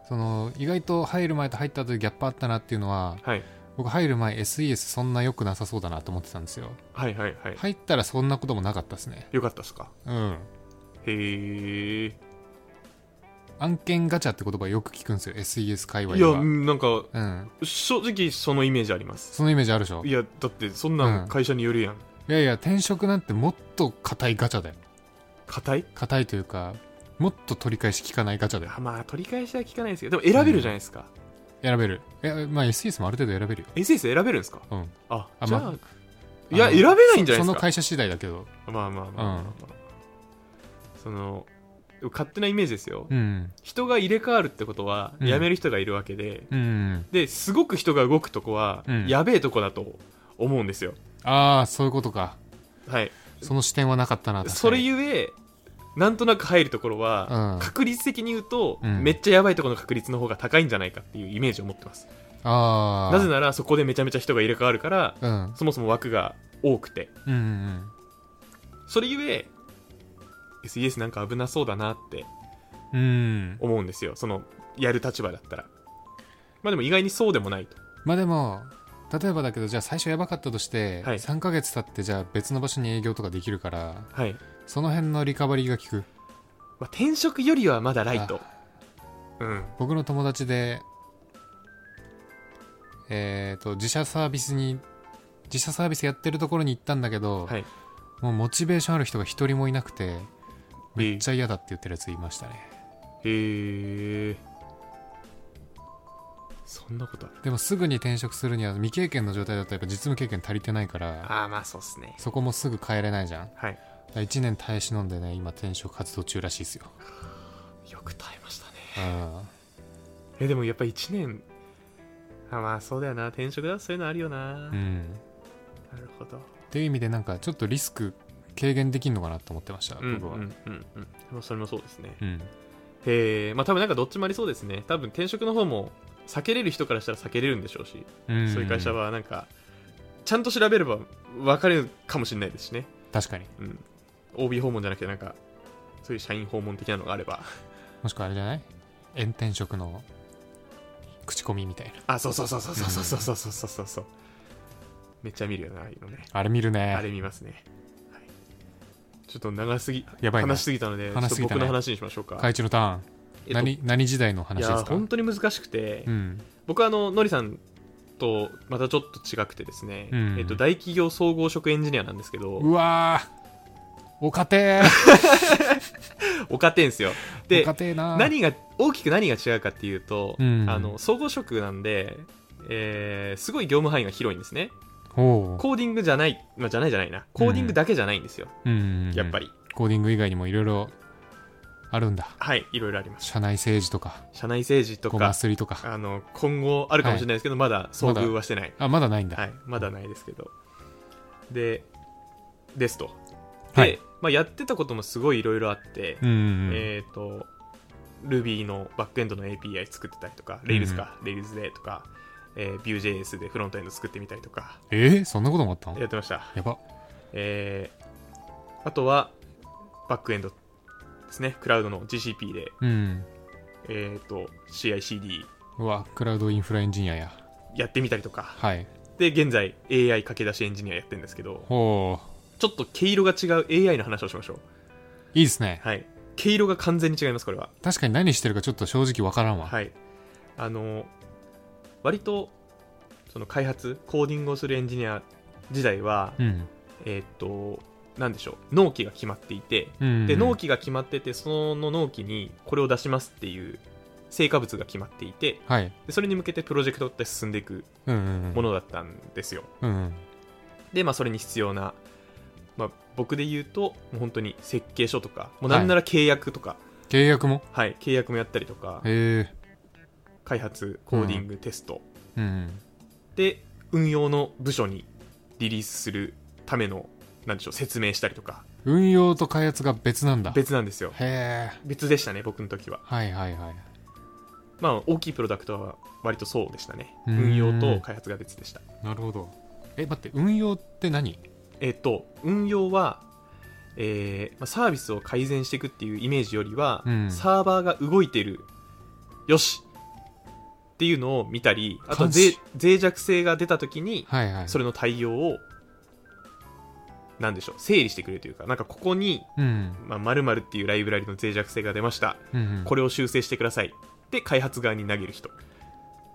[SPEAKER 2] その意外と入る前と入った後でギャップあったなっていうのは
[SPEAKER 1] はい
[SPEAKER 2] 僕入る前 SES そんな良くなさそうだなと思ってたんですよ
[SPEAKER 1] はいはいはい
[SPEAKER 2] 入ったらそんなこともなかったですね
[SPEAKER 1] よかったっすか
[SPEAKER 2] うん
[SPEAKER 1] へえ
[SPEAKER 2] 案件ガチャって言葉よく聞くんですよ SES 界隈
[SPEAKER 1] い
[SPEAKER 2] で
[SPEAKER 1] や
[SPEAKER 2] は
[SPEAKER 1] うんなんか
[SPEAKER 2] うん
[SPEAKER 1] 正直そのイメージあります
[SPEAKER 2] そのイメージあるでしょ
[SPEAKER 1] い
[SPEAKER 2] い
[SPEAKER 1] やだってそんな
[SPEAKER 2] うん
[SPEAKER 1] ん会社によるやん
[SPEAKER 2] やいや転職なんてもっと硬いガチャだよ
[SPEAKER 1] 硬い
[SPEAKER 2] 硬いというかもっと取り返し効かないガチャだよ
[SPEAKER 1] あまあ取り返しは聞かないですけどでも選べるじゃないですか、
[SPEAKER 2] 選べるえまあ SES もある程度選べるよ
[SPEAKER 1] SS 選べるんですか
[SPEAKER 2] うん
[SPEAKER 1] あ
[SPEAKER 2] あ
[SPEAKER 1] じゃあ、
[SPEAKER 2] ま
[SPEAKER 1] いや
[SPEAKER 2] あ
[SPEAKER 1] 選べない
[SPEAKER 2] の
[SPEAKER 1] んじゃない
[SPEAKER 2] そ
[SPEAKER 1] です
[SPEAKER 2] の
[SPEAKER 1] か
[SPEAKER 2] 会社次第だけど
[SPEAKER 1] まあまあまあまあ、まあ
[SPEAKER 2] うん
[SPEAKER 1] その勝手なイメージですよ、
[SPEAKER 2] うん
[SPEAKER 1] 人が入れ替わるってことは
[SPEAKER 2] うん
[SPEAKER 1] 辞める人がいるわけで、
[SPEAKER 2] うん
[SPEAKER 1] ですごく人が動くとこは、
[SPEAKER 2] うん
[SPEAKER 1] やべえとこだと思うんですよ
[SPEAKER 2] ああそういうことか
[SPEAKER 1] はい
[SPEAKER 2] その視点はなかったな
[SPEAKER 1] それゆえなんとなく入るところは、
[SPEAKER 2] うん
[SPEAKER 1] 確率的に言うと、
[SPEAKER 2] うん
[SPEAKER 1] めっちゃやばいところの確率の方が高いんじゃないかっていうイメージを持ってます
[SPEAKER 2] ああ
[SPEAKER 1] なぜならそこでめちゃめちゃ人が入れ替わるから
[SPEAKER 2] うん
[SPEAKER 1] そもそも枠が多くて
[SPEAKER 2] うんうん
[SPEAKER 1] それゆえ SES なんか危なそうだなって
[SPEAKER 2] うんうん
[SPEAKER 1] 思うんですよそのやる立場だったらまあでも意外にそうでもないと
[SPEAKER 2] まあでも例えばだけどじゃあ最初やばかったとして、
[SPEAKER 1] はい
[SPEAKER 2] 3ヶ月経ってじゃあ別の場所に営業とかできるから
[SPEAKER 1] はい、
[SPEAKER 2] その辺のリカバリーが効く
[SPEAKER 1] まあ、転職よりはまだライトうん
[SPEAKER 2] 僕の友達でえっ、と自社サービスに自社サービスやってるところに行ったんだけど、
[SPEAKER 1] はい
[SPEAKER 2] もうモチベーションある人が一人もいなくてめっち
[SPEAKER 1] ゃ
[SPEAKER 2] ゃ嫌だって言ってるやついましたね
[SPEAKER 1] へえそんなことある
[SPEAKER 2] でもすぐに転職するには未経験の状態だとやっぱ実務経験足りてないから
[SPEAKER 1] ああまあそうっすね
[SPEAKER 2] そこもすぐ変えれないじゃん
[SPEAKER 1] はい
[SPEAKER 2] 1年耐え忍んでね今転職活動中らしいですよ、
[SPEAKER 1] よく耐えましたね
[SPEAKER 2] うん、
[SPEAKER 1] えでもやっぱ1年あまあそうだよな転職だとそういうのあるよな、
[SPEAKER 2] う、
[SPEAKER 1] なんるほど
[SPEAKER 2] っていう意味でなんかちょっとリスク軽減できるのかなと思ってました、
[SPEAKER 1] うんうん
[SPEAKER 2] 僕は、
[SPEAKER 1] う
[SPEAKER 2] うん
[SPEAKER 1] んうんまあそれもそうですね
[SPEAKER 2] うん
[SPEAKER 1] へえまあ多分なんかどっちもありそうですね多分転職の方も避けれる人からしたら避けれるんでしょうしそういう会社はなんかちゃんと調べれば分かるかもしれないですしね、
[SPEAKER 2] 確かに
[SPEAKER 1] うん、OB 訪問じゃなくてなんかそういう社員訪問的なのがあれば
[SPEAKER 2] もしくはあれじゃない炎天職の口コミみたいな
[SPEAKER 1] あそうそうそうそうそうそうそうそうそうそうそうめっちゃ見るよなああいうのね
[SPEAKER 2] あれ見るね
[SPEAKER 1] あれ見ますね、はい、ちょっと長すぎ
[SPEAKER 2] やばいな
[SPEAKER 1] 話しすぎたので
[SPEAKER 2] 話しすぎた
[SPEAKER 1] ちょっと僕
[SPEAKER 2] ね
[SPEAKER 1] の話にしましょうか、
[SPEAKER 2] 海中のターン、
[SPEAKER 1] えっと
[SPEAKER 2] 何何時代の
[SPEAKER 1] い
[SPEAKER 2] 話で
[SPEAKER 1] や
[SPEAKER 2] すか
[SPEAKER 1] 本当に難しくて、
[SPEAKER 2] うん
[SPEAKER 1] 僕はあののりさんとまたちょっと違くてですね、
[SPEAKER 2] うん
[SPEAKER 1] えっと、大企業総合職エンジニアなんですけど、
[SPEAKER 2] うわーお家庭
[SPEAKER 1] おかてんすよ
[SPEAKER 2] お
[SPEAKER 1] で
[SPEAKER 2] 家庭な
[SPEAKER 1] 何が大きく何が違うかっていうと、
[SPEAKER 2] うん
[SPEAKER 1] あの総合職なんで、えーすごい業務範囲が広いんですね
[SPEAKER 2] おう
[SPEAKER 1] コーディングじゃない、まあ、じゃないじゃないなコーディングだけじゃないんですよ、
[SPEAKER 2] うん
[SPEAKER 1] やっぱり
[SPEAKER 2] コーディング以外にもいろいろあるんだ
[SPEAKER 1] はいいろいろあります
[SPEAKER 2] 社内政治とか
[SPEAKER 1] 社内政治と
[SPEAKER 2] ごま
[SPEAKER 1] か
[SPEAKER 2] すりとか
[SPEAKER 1] あの今後あるかもしれないですけど、まだ遭遇はしてない
[SPEAKER 2] あまだないんだ、
[SPEAKER 1] はい、まだないですけどでですとで、
[SPEAKER 2] はい
[SPEAKER 1] まあ、やってたこともすごいいろいろあって、
[SPEAKER 2] うんうんうん
[SPEAKER 1] えっ、と Ruby のバックエンドの API 作ってたりとか Rails か、Rails でとか、えー、Vue.js でフロントエンド作ってみたりとか
[SPEAKER 2] えーそんなこともあったの
[SPEAKER 1] やってました、
[SPEAKER 2] やば
[SPEAKER 1] えーあとはバックエンドですねクラウドの GCP で、
[SPEAKER 2] うん
[SPEAKER 1] えー、と CICD
[SPEAKER 2] うわクラウドインフラエンジニアや
[SPEAKER 1] やってみたりとか
[SPEAKER 2] はい
[SPEAKER 1] で現在 AI 駆け出しエンジニアやってるんですけど
[SPEAKER 2] ほ
[SPEAKER 1] ちょっと毛色が違う AI の話をしましょう
[SPEAKER 2] ういいですね
[SPEAKER 1] はい。毛色が完全に違いますこれは
[SPEAKER 2] 確かに何してるかちょっと正直わからんわ、
[SPEAKER 1] はいあの割とその開発コーディングをするエンジニア時代は、
[SPEAKER 2] うん
[SPEAKER 1] えーっとなんでしょう納期が決まっていて
[SPEAKER 2] うん、
[SPEAKER 1] で納期が決まっててその納期にこれを出しますっていう成果物が決まっていて
[SPEAKER 2] はい
[SPEAKER 1] でそれに向けてプロジェクトって進んでいく
[SPEAKER 2] うんうんうん
[SPEAKER 1] ものだったんですよ、
[SPEAKER 2] うんうん
[SPEAKER 1] で、まあ、それに必要な、まあ、僕で言うともう本当に設計書とかもうなんなら契約とか、
[SPEAKER 2] 契約も
[SPEAKER 1] はい契約もやったりとか
[SPEAKER 2] へえ
[SPEAKER 1] 開発コーディング、テスト
[SPEAKER 2] うんうん
[SPEAKER 1] で運用の部署にリリースするためのなんでしょう説明したりとか
[SPEAKER 2] 運用と開発が別なんだへ
[SPEAKER 1] 別なんですよ
[SPEAKER 2] え
[SPEAKER 1] 別でしたね僕の時は
[SPEAKER 2] はいはいはい
[SPEAKER 1] まあ大きいプロダクトは割とそうでしたね
[SPEAKER 2] うん
[SPEAKER 1] 運用と開発が別でした
[SPEAKER 2] なるほどえ待って運用って何
[SPEAKER 1] えっ、と運用はえーまあ、サービスを改善していくっていうイメージよりは、
[SPEAKER 2] うん
[SPEAKER 1] サーバーが動いてるよしっていうのを見たりあとは
[SPEAKER 2] 監視
[SPEAKER 1] ぜ脆弱性が出た時に
[SPEAKER 2] はいはい
[SPEAKER 1] そ
[SPEAKER 2] れ
[SPEAKER 1] れの対応をなんでしょう整理してくれるというかなんかここに
[SPEAKER 2] うん
[SPEAKER 1] まあ、〇〇っていうライブラリの脆弱性が出ました。
[SPEAKER 2] うんうん
[SPEAKER 1] これを修正してください。で、開発側に投げる人。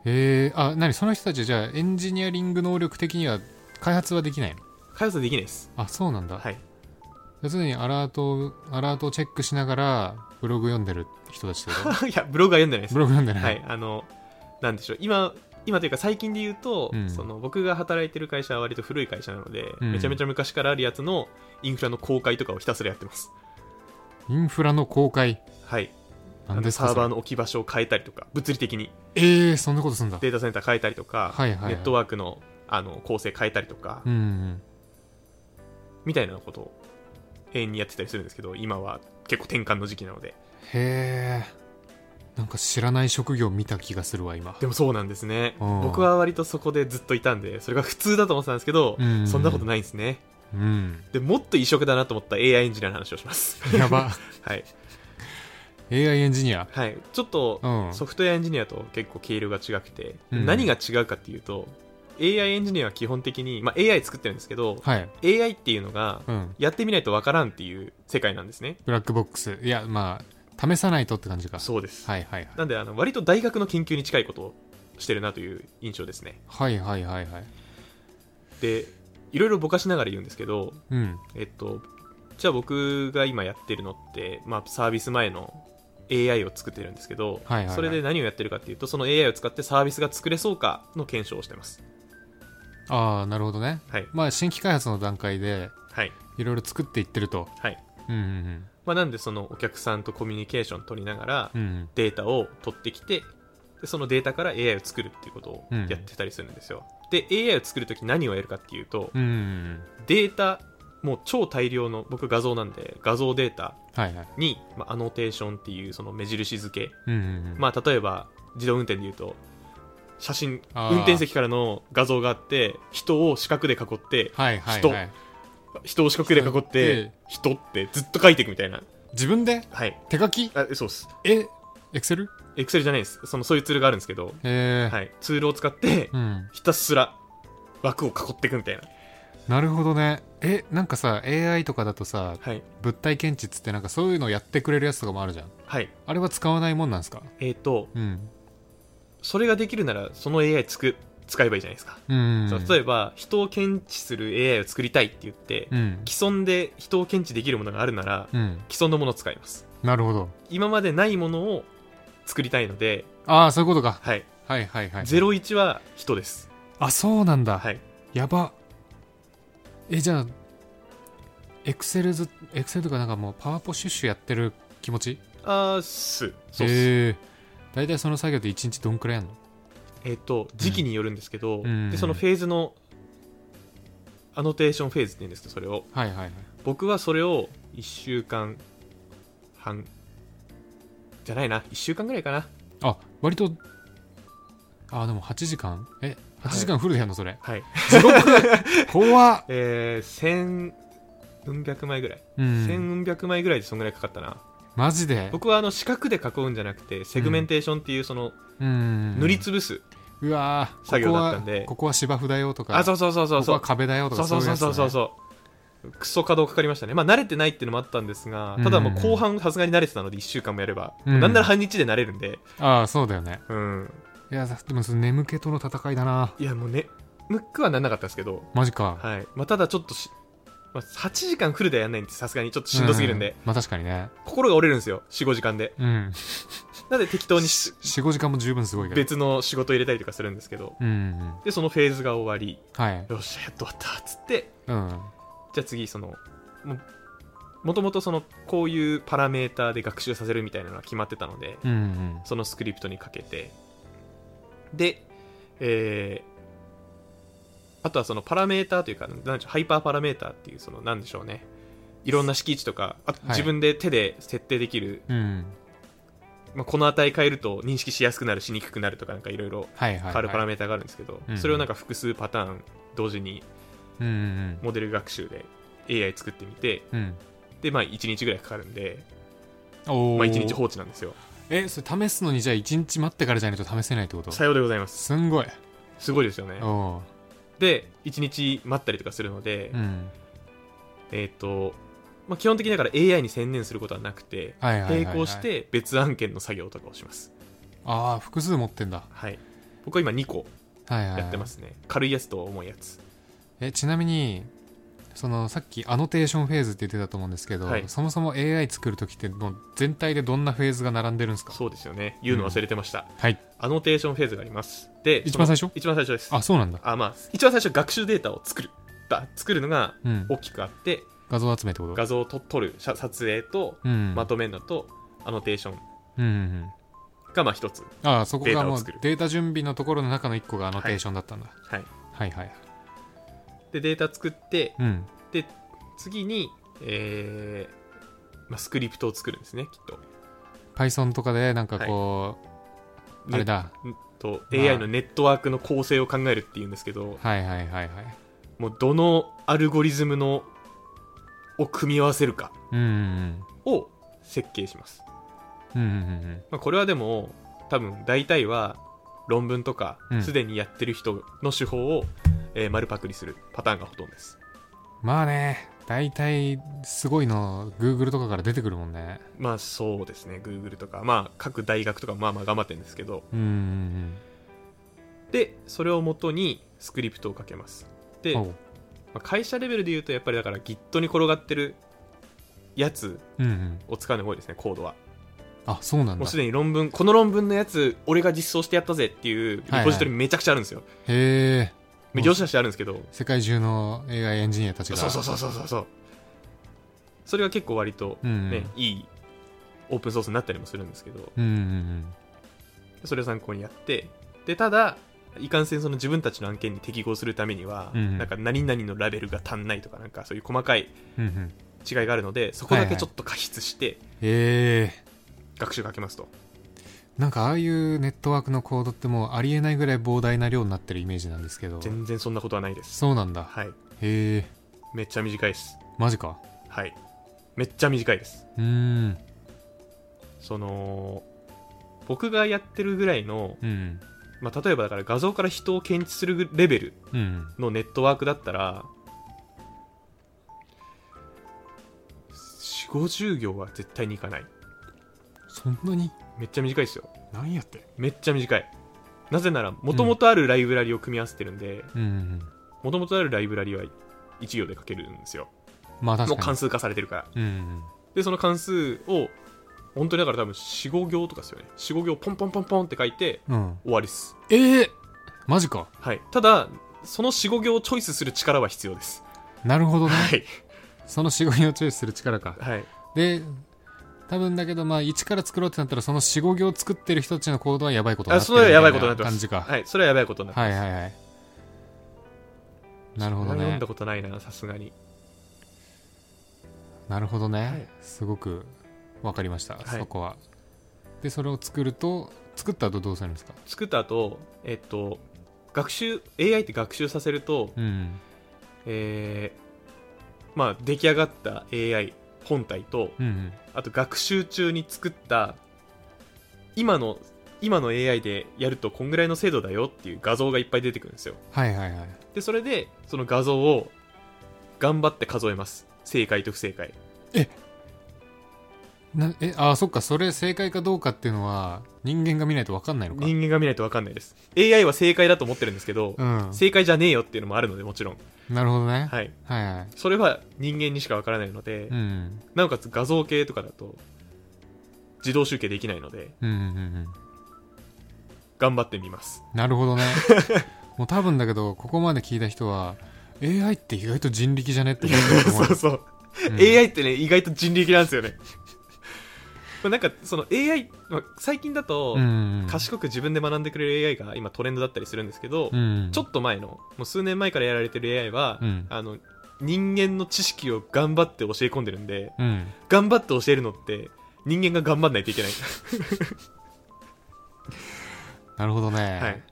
[SPEAKER 2] へえあ何その人たちじゃあエンジニアリング能力的には開発はできないの
[SPEAKER 1] 開発できないです。
[SPEAKER 2] あそうなんだ、
[SPEAKER 1] はい。
[SPEAKER 2] 要するにアラートをアラートをチェックしながらブログ読んでる人たちってこと
[SPEAKER 1] いや、ブログは読んでないです
[SPEAKER 2] ブ。ログ読んでない、
[SPEAKER 1] はい。あの、なんでしょう。今、今というか最近で言うと、
[SPEAKER 2] うん
[SPEAKER 1] その僕が働いてる会社は割と古い会社なので、
[SPEAKER 2] うん
[SPEAKER 1] めちゃめちゃ昔からあるやつのインフラの公開とかをひたすらやってます。
[SPEAKER 2] インフラの公開
[SPEAKER 1] はい。あ
[SPEAKER 2] 何
[SPEAKER 1] の
[SPEAKER 2] です
[SPEAKER 1] サ
[SPEAKER 2] か
[SPEAKER 1] ーバー
[SPEAKER 2] の
[SPEAKER 1] の置き場所を変えたりとか、物理的に
[SPEAKER 2] ええそんなことすんだ
[SPEAKER 1] データセンター変えたりとか、
[SPEAKER 2] はいはいは
[SPEAKER 1] ネ
[SPEAKER 2] い
[SPEAKER 1] ットワークのあの構成変えたりとか、
[SPEAKER 2] うんうん
[SPEAKER 1] みたいなことを永遠にやってたりするんですけど、今は結構転換の時期なので。
[SPEAKER 2] へえんか知らない職業見た気がするわ今
[SPEAKER 1] でもそうなんですね
[SPEAKER 2] うん
[SPEAKER 1] 僕は割とそこでずっといたんでそれが普通だと思ってたんですけど、
[SPEAKER 2] うん
[SPEAKER 1] そんなことないんですね
[SPEAKER 2] うん
[SPEAKER 1] でもっと異色だなと思った AI エンジニアの話をします
[SPEAKER 2] やば
[SPEAKER 1] はい、
[SPEAKER 2] AI エンジニア
[SPEAKER 1] はい、ちょっと
[SPEAKER 2] うん
[SPEAKER 1] ソフトウェアエンジニアと結構毛色が違くて、
[SPEAKER 2] うん
[SPEAKER 1] 何が違うかっていうと AI エンジニアは基本的に、まあ、AI 作ってるんですけど、
[SPEAKER 2] はい
[SPEAKER 1] AI っていうのが
[SPEAKER 2] うん
[SPEAKER 1] やってみないとわからんっていう世界なんですね
[SPEAKER 2] ブラックボックスいやまあ試さないとって感じか
[SPEAKER 1] そうです、
[SPEAKER 2] はいはいはい
[SPEAKER 1] なんであの割と大学の研究に近いことをしてるなという印象ですね
[SPEAKER 2] はいはいはいはい
[SPEAKER 1] でいろいろぼかしながら言うんですけど
[SPEAKER 2] うん
[SPEAKER 1] えっと、じゃあ僕が今やってるのって、まあ、サービス前の AI を作ってるんですけど、
[SPEAKER 2] はいはいはい
[SPEAKER 1] それで何をやってるかっていうと、その AI を使ってサービスが作れそうかの検証をしてます。
[SPEAKER 2] ああなるほどね
[SPEAKER 1] はい。
[SPEAKER 2] まあ新規開発の段階で
[SPEAKER 1] はい。
[SPEAKER 2] いろいろ作っていってると
[SPEAKER 1] はい。
[SPEAKER 2] うんうん
[SPEAKER 1] まあ、なんで、そのお客さんとコミュニケーション取りながら
[SPEAKER 2] う、んうん
[SPEAKER 1] データを取ってきて、でそのデータから AI を作るっていうことを
[SPEAKER 2] うん
[SPEAKER 1] やってたりするんですよ。で、AI を作るとき何をやるかっていうと、
[SPEAKER 2] うんうんうん
[SPEAKER 1] データ、もう超大量の、僕画像なんで、画像データ
[SPEAKER 2] はいはい
[SPEAKER 1] に、まあ、アノテーションっていうその目印付け
[SPEAKER 2] うんうんうん
[SPEAKER 1] まあ、例えば自動運転で言うと写真
[SPEAKER 2] あー
[SPEAKER 1] 運転席からの画像があって人を四角で囲って
[SPEAKER 2] はいはいはい
[SPEAKER 1] 人を四角で囲って人ってずっと書いていくみたいな
[SPEAKER 2] 自分で
[SPEAKER 1] はい
[SPEAKER 2] 手書き
[SPEAKER 1] あそうです
[SPEAKER 2] えエクセル
[SPEAKER 1] エクセルじゃないですそのそういうツールがあるんですけど、
[SPEAKER 2] え
[SPEAKER 1] はい、ツールを使って
[SPEAKER 2] うん
[SPEAKER 1] ひたすら枠を囲っていくみたいな
[SPEAKER 2] なるほどねえなんかさ AI とかだとさ
[SPEAKER 1] はい
[SPEAKER 2] 物体検知っつってなんかそういうのをやってくれるやつとかもあるじゃん
[SPEAKER 1] はい
[SPEAKER 2] あれは使わないもんなんですか
[SPEAKER 1] えっ、と
[SPEAKER 2] うん
[SPEAKER 1] それができるならその AI つく使えばいいじゃないですか、
[SPEAKER 2] うん
[SPEAKER 1] そう例えば人を検知する AI を作りたいって言って、
[SPEAKER 2] うん
[SPEAKER 1] 既存で人を検知できるものがあるなら、
[SPEAKER 2] うん
[SPEAKER 1] 既存のものを使います
[SPEAKER 2] なるほど
[SPEAKER 1] 今までないものを作りたいので、
[SPEAKER 2] ああそういうことか
[SPEAKER 1] はい、
[SPEAKER 2] はいはいはい
[SPEAKER 1] 01は人です、
[SPEAKER 2] あそうなんだ
[SPEAKER 1] はい、
[SPEAKER 2] やばえじゃあエクセルずエクセルとかなんかもうパワポシュッシュやってる気持ち
[SPEAKER 1] あーすそうっすえっ、
[SPEAKER 2] ええ大体その作業って1日どんくらいやんの
[SPEAKER 1] と時期によるんですけど、
[SPEAKER 2] うん
[SPEAKER 1] でそのフェーズのアノテーションフェーズって言うんですけどそれを
[SPEAKER 2] はいはいはい
[SPEAKER 1] 僕はそれを1週間半じゃないな1週間ぐらいかな
[SPEAKER 2] あ割とあでも8時間え8時間フルでやんのそれ、
[SPEAKER 1] はい
[SPEAKER 2] 地獄 怖っ
[SPEAKER 1] えー、千うん百枚ぐらい、
[SPEAKER 2] うん
[SPEAKER 1] 千うん百枚ぐらいでそんぐらいかかったな
[SPEAKER 2] マジで
[SPEAKER 1] 僕はあの四角で囲うんじゃなくてセグメンテーションっていうその
[SPEAKER 2] うん
[SPEAKER 1] 塗りつぶす、
[SPEAKER 2] うわー
[SPEAKER 1] 作業だったんで
[SPEAKER 2] ここはここは芝生だよとか
[SPEAKER 1] あそうそうそうそう
[SPEAKER 2] ここ
[SPEAKER 1] そう
[SPEAKER 2] は壁だよと
[SPEAKER 1] そ
[SPEAKER 2] か
[SPEAKER 1] うそうそうそうそうそう
[SPEAKER 2] う
[SPEAKER 1] クソ稼働かかりましたね、まあ、慣れてないっていうのもあったんですが、ただもう後半、さすがに慣れてたので、1週間もやれば、
[SPEAKER 2] うん
[SPEAKER 1] なんなら半日で慣れるんで、
[SPEAKER 2] ああそうだよね
[SPEAKER 1] うん、
[SPEAKER 2] いやでもその眠気との戦いだない
[SPEAKER 1] や、もうね、ムックはなんなかったんですけど、
[SPEAKER 2] マジか、
[SPEAKER 1] はいまあ、ただちょっとし、まあ、8時間フルでやんないんです、さすがに、ちょっとしんどすぎるんで、
[SPEAKER 2] うまあ確かにね
[SPEAKER 1] 心が折れるんですよ、4、5時間で。
[SPEAKER 2] うん
[SPEAKER 1] なので、適当にし
[SPEAKER 2] 45時間も十分すごいけど
[SPEAKER 1] 別の仕事入れたりとかするんですけど、
[SPEAKER 2] うんうん
[SPEAKER 1] で、そのフェーズが終わり、
[SPEAKER 2] はい
[SPEAKER 1] よっしゃ、やっと終わったっつって、
[SPEAKER 2] うん
[SPEAKER 1] じゃあ次、その、ももともとそのこういうパラメーターで学習させるみたいなのは決まってたので、
[SPEAKER 2] うんうん
[SPEAKER 1] そのスクリプトにかけてで、えーあとはそのパラメーターというかなんでしょうハイパーパラメーターっていうそのなんでしょうねいろんな式値とかあと
[SPEAKER 2] い
[SPEAKER 1] 自分で手で設定できる、
[SPEAKER 2] うん
[SPEAKER 1] まあ、この値変えると認識しやすくなるしにくくなるとかなんかいろいろ
[SPEAKER 2] はいはい、はい、
[SPEAKER 1] 変わるパラメーターがあるんですけど、
[SPEAKER 2] うん
[SPEAKER 1] それをなんか複数パターン同時に
[SPEAKER 2] うんうん
[SPEAKER 1] モデル学習で AI 作ってみて
[SPEAKER 2] うんうん
[SPEAKER 1] でまあ1日ぐらいかかるんで、
[SPEAKER 2] おお、
[SPEAKER 1] まあ、1日放置なんですよ
[SPEAKER 2] えそれ試すのにじゃあ1日待ってからじゃないと試せないってこと
[SPEAKER 1] さようでございます
[SPEAKER 2] すんごい
[SPEAKER 1] すごいですよね
[SPEAKER 2] おお
[SPEAKER 1] で1日待ったりとかするので、
[SPEAKER 2] ーうん
[SPEAKER 1] えっ、と、まあ、基本的にだから AI に専念することはなくて、
[SPEAKER 2] はいはいはい、はい、
[SPEAKER 1] 並行して別案件の作業とかをします。
[SPEAKER 2] ああ複数持ってんだ
[SPEAKER 1] はい。僕は今2個
[SPEAKER 2] はいはいはい
[SPEAKER 1] やってますね。軽いやつと重いやつ。
[SPEAKER 2] えちなみにそのさっきアノテーションフェーズって言ってたと思うんですけど、
[SPEAKER 1] はい
[SPEAKER 2] そもそも AI 作る時ってもう全体でどんなフェーズが並んでるんですか
[SPEAKER 1] そうですよね。言うの忘れてました。
[SPEAKER 2] はい
[SPEAKER 1] アノテーションフェーズがあります。で、
[SPEAKER 2] 一番
[SPEAKER 1] その
[SPEAKER 2] 最初
[SPEAKER 1] 一番最初です。あ
[SPEAKER 2] あそうなんだ
[SPEAKER 1] まあ、一番最初学習データを作る。だ作るのが
[SPEAKER 2] うん
[SPEAKER 1] 大きくあって、
[SPEAKER 2] 画像集めってこと
[SPEAKER 1] 画像をと撮る、写撮影と、
[SPEAKER 2] うん
[SPEAKER 1] まとめるのと、アノテーション
[SPEAKER 2] うんうん
[SPEAKER 1] がまあ一つ。
[SPEAKER 2] うんああそこ
[SPEAKER 1] デ
[SPEAKER 2] がも
[SPEAKER 1] ータを
[SPEAKER 2] う
[SPEAKER 1] 作る
[SPEAKER 2] データ準備のところの中の1個がアノテーションだったんだ、
[SPEAKER 1] はい。
[SPEAKER 2] はい、はいはい
[SPEAKER 1] で、データ作って、
[SPEAKER 2] うん
[SPEAKER 1] で次に、えーまあ、スクリプトを作るんですねきっと
[SPEAKER 2] Python とかでなんかこう、
[SPEAKER 1] ね
[SPEAKER 2] あれだ
[SPEAKER 1] うんと
[SPEAKER 2] まあ
[SPEAKER 1] AI のネットワークの構成を考えるっていうんですけど
[SPEAKER 2] はいはいはいはい
[SPEAKER 1] もうどのアルゴリズムのを組み合わせるか
[SPEAKER 2] うんうん
[SPEAKER 1] を設計します、
[SPEAKER 2] うんうんうん
[SPEAKER 1] まあ、これはでも多分大体は論文とか
[SPEAKER 2] うん
[SPEAKER 1] すで、にやってる人の手法を、えー丸パクリするパターンがほとんどです
[SPEAKER 2] まあね大体すごいの Google とかから出てくるもんね
[SPEAKER 1] まあそうですね Google とかまあ各大学とかまあまあ頑張ってるんですけど
[SPEAKER 2] うんうん
[SPEAKER 1] でそれをもとにスクリプトをかけます
[SPEAKER 2] う
[SPEAKER 1] で
[SPEAKER 2] んおう
[SPEAKER 1] まあ会社レベルで言うとやっぱりだから Git に転がってるやつ
[SPEAKER 2] うんうん
[SPEAKER 1] を使うのが多いですねコードは
[SPEAKER 2] あそうなん
[SPEAKER 1] も
[SPEAKER 2] だ
[SPEAKER 1] うすでに論文この論文のやつ俺が実装してやったぜっていうリポジトリめちゃくちゃあるんですよ、
[SPEAKER 2] へえ
[SPEAKER 1] まあ業者としてあるんですけど
[SPEAKER 2] 世界中の AI エンジニアたちが
[SPEAKER 1] そうそうそうそうそうそうそれは結構割と
[SPEAKER 2] う、ん
[SPEAKER 1] ねいいオープンソースになったりもするんですけど
[SPEAKER 2] うんうん
[SPEAKER 1] それを参考にやってでただいかんせんその自分たちの案件に適合するためには、
[SPEAKER 2] うん
[SPEAKER 1] なんか何々のラベルが足んないとかなんかそういう細かい
[SPEAKER 2] うんうんうん
[SPEAKER 1] 違いがあるのでそこだけちょっと加筆して
[SPEAKER 2] へえ
[SPEAKER 1] 学習かけますと、
[SPEAKER 2] なんかああいうネットワークのコードってもうありえないぐらい膨大な量になってるイメージなんですけど
[SPEAKER 1] 全然そんなことはないです
[SPEAKER 2] そうなんだ
[SPEAKER 1] はい
[SPEAKER 2] へえ
[SPEAKER 1] めっちゃ短いです
[SPEAKER 2] マジか
[SPEAKER 1] はいめっちゃ短いです
[SPEAKER 2] うーん
[SPEAKER 1] その僕がやってるぐらいの、
[SPEAKER 2] うん
[SPEAKER 1] まあ、例えばだから画像から人を検知するレベル
[SPEAKER 2] うん
[SPEAKER 1] のネットワークだったら4 5 0行は絶対にいかない
[SPEAKER 2] そんなに
[SPEAKER 1] めっちゃ短いですよ
[SPEAKER 2] 何やって
[SPEAKER 1] めっちゃ短いなぜならもともとあるライブラリを組み合わせてるんで
[SPEAKER 2] うんうん
[SPEAKER 1] もともとあるライブラリは1行で書けるんですよ
[SPEAKER 2] まあ確
[SPEAKER 1] もう
[SPEAKER 2] か
[SPEAKER 1] 関
[SPEAKER 2] に
[SPEAKER 1] 数化されてるから
[SPEAKER 2] うんうん
[SPEAKER 1] でその関数を本当にだから多分45行とかですよね45行ポンポンポンポンって書いて
[SPEAKER 2] うん
[SPEAKER 1] 終わりです、
[SPEAKER 2] ええマジか
[SPEAKER 1] はい、ただその45行をチョイスする力は必要です
[SPEAKER 2] な るほどね
[SPEAKER 1] はい、
[SPEAKER 2] その仕事をチョイスする力か
[SPEAKER 1] はい、
[SPEAKER 2] で多分だけどまあ一から作ろうってなったらその45行作ってる人たちの行動はやばいことに
[SPEAKER 1] あ
[SPEAKER 2] なって
[SPEAKER 1] そ
[SPEAKER 2] る
[SPEAKER 1] れはやばいこと
[SPEAKER 2] みた
[SPEAKER 1] に
[SPEAKER 2] い
[SPEAKER 1] なっ
[SPEAKER 2] な
[SPEAKER 1] てます
[SPEAKER 2] 感じか
[SPEAKER 1] はい、それはやばいことになって
[SPEAKER 2] は
[SPEAKER 1] ま
[SPEAKER 2] い
[SPEAKER 1] す、
[SPEAKER 2] はいはいなるほど
[SPEAKER 1] それは読
[SPEAKER 2] ね
[SPEAKER 1] んだことないなさすがに
[SPEAKER 2] なるほどね、
[SPEAKER 1] はい
[SPEAKER 2] すごく分かりました、
[SPEAKER 1] はい
[SPEAKER 2] そこはでそれを作ると作った後どうするんですか
[SPEAKER 1] 作った後えっと学習 AI って学習させると、
[SPEAKER 2] うん
[SPEAKER 1] えーまあ出来上がった AI 本体と
[SPEAKER 2] うんうん
[SPEAKER 1] あと学習中に作った今の今の AI でやるとこんぐらいの精度だよっていう画像がいっぱい出てくるんですよ
[SPEAKER 2] はいはいはい
[SPEAKER 1] でそれでその画像を頑張って数えます正解と不正解
[SPEAKER 2] なえあそっかそれ正解かどうかっていうのは人間が見ないと分かんないのか
[SPEAKER 1] 人間が見ないと分かんないです AI は正解だと思ってるんですけど、
[SPEAKER 2] うん
[SPEAKER 1] 正解じゃねえよっていうのもあるのでもちろん
[SPEAKER 2] なるほど
[SPEAKER 1] は
[SPEAKER 2] ね、
[SPEAKER 1] い
[SPEAKER 2] はい、はいはい
[SPEAKER 1] それは人間にしか分からないので、
[SPEAKER 2] うん
[SPEAKER 1] なおかつ画像系とかだと自動集計できないので
[SPEAKER 2] うんうんうんうん
[SPEAKER 1] 頑張ってみます
[SPEAKER 2] なるほどね もう多分だけどここまで聞いた人は AI って意外と人力じゃねって思ってると思
[SPEAKER 1] そううそう、
[SPEAKER 2] うん
[SPEAKER 1] AI ってね意外と人力なんですよね まあなんかその AI、まあ最近だと、
[SPEAKER 2] うんうんうん
[SPEAKER 1] 賢く自分で学んでくれる AI が今トレンドだったりするんですけど、
[SPEAKER 2] うんうん
[SPEAKER 1] ちょっと前のもう数年前からやられてる AI は、
[SPEAKER 2] うん
[SPEAKER 1] あの人間の知識を頑張って教え込んでるんで
[SPEAKER 2] うん
[SPEAKER 1] 頑張って教えるのって人間が頑張んないといけ ない、
[SPEAKER 2] なるほどね
[SPEAKER 1] はい、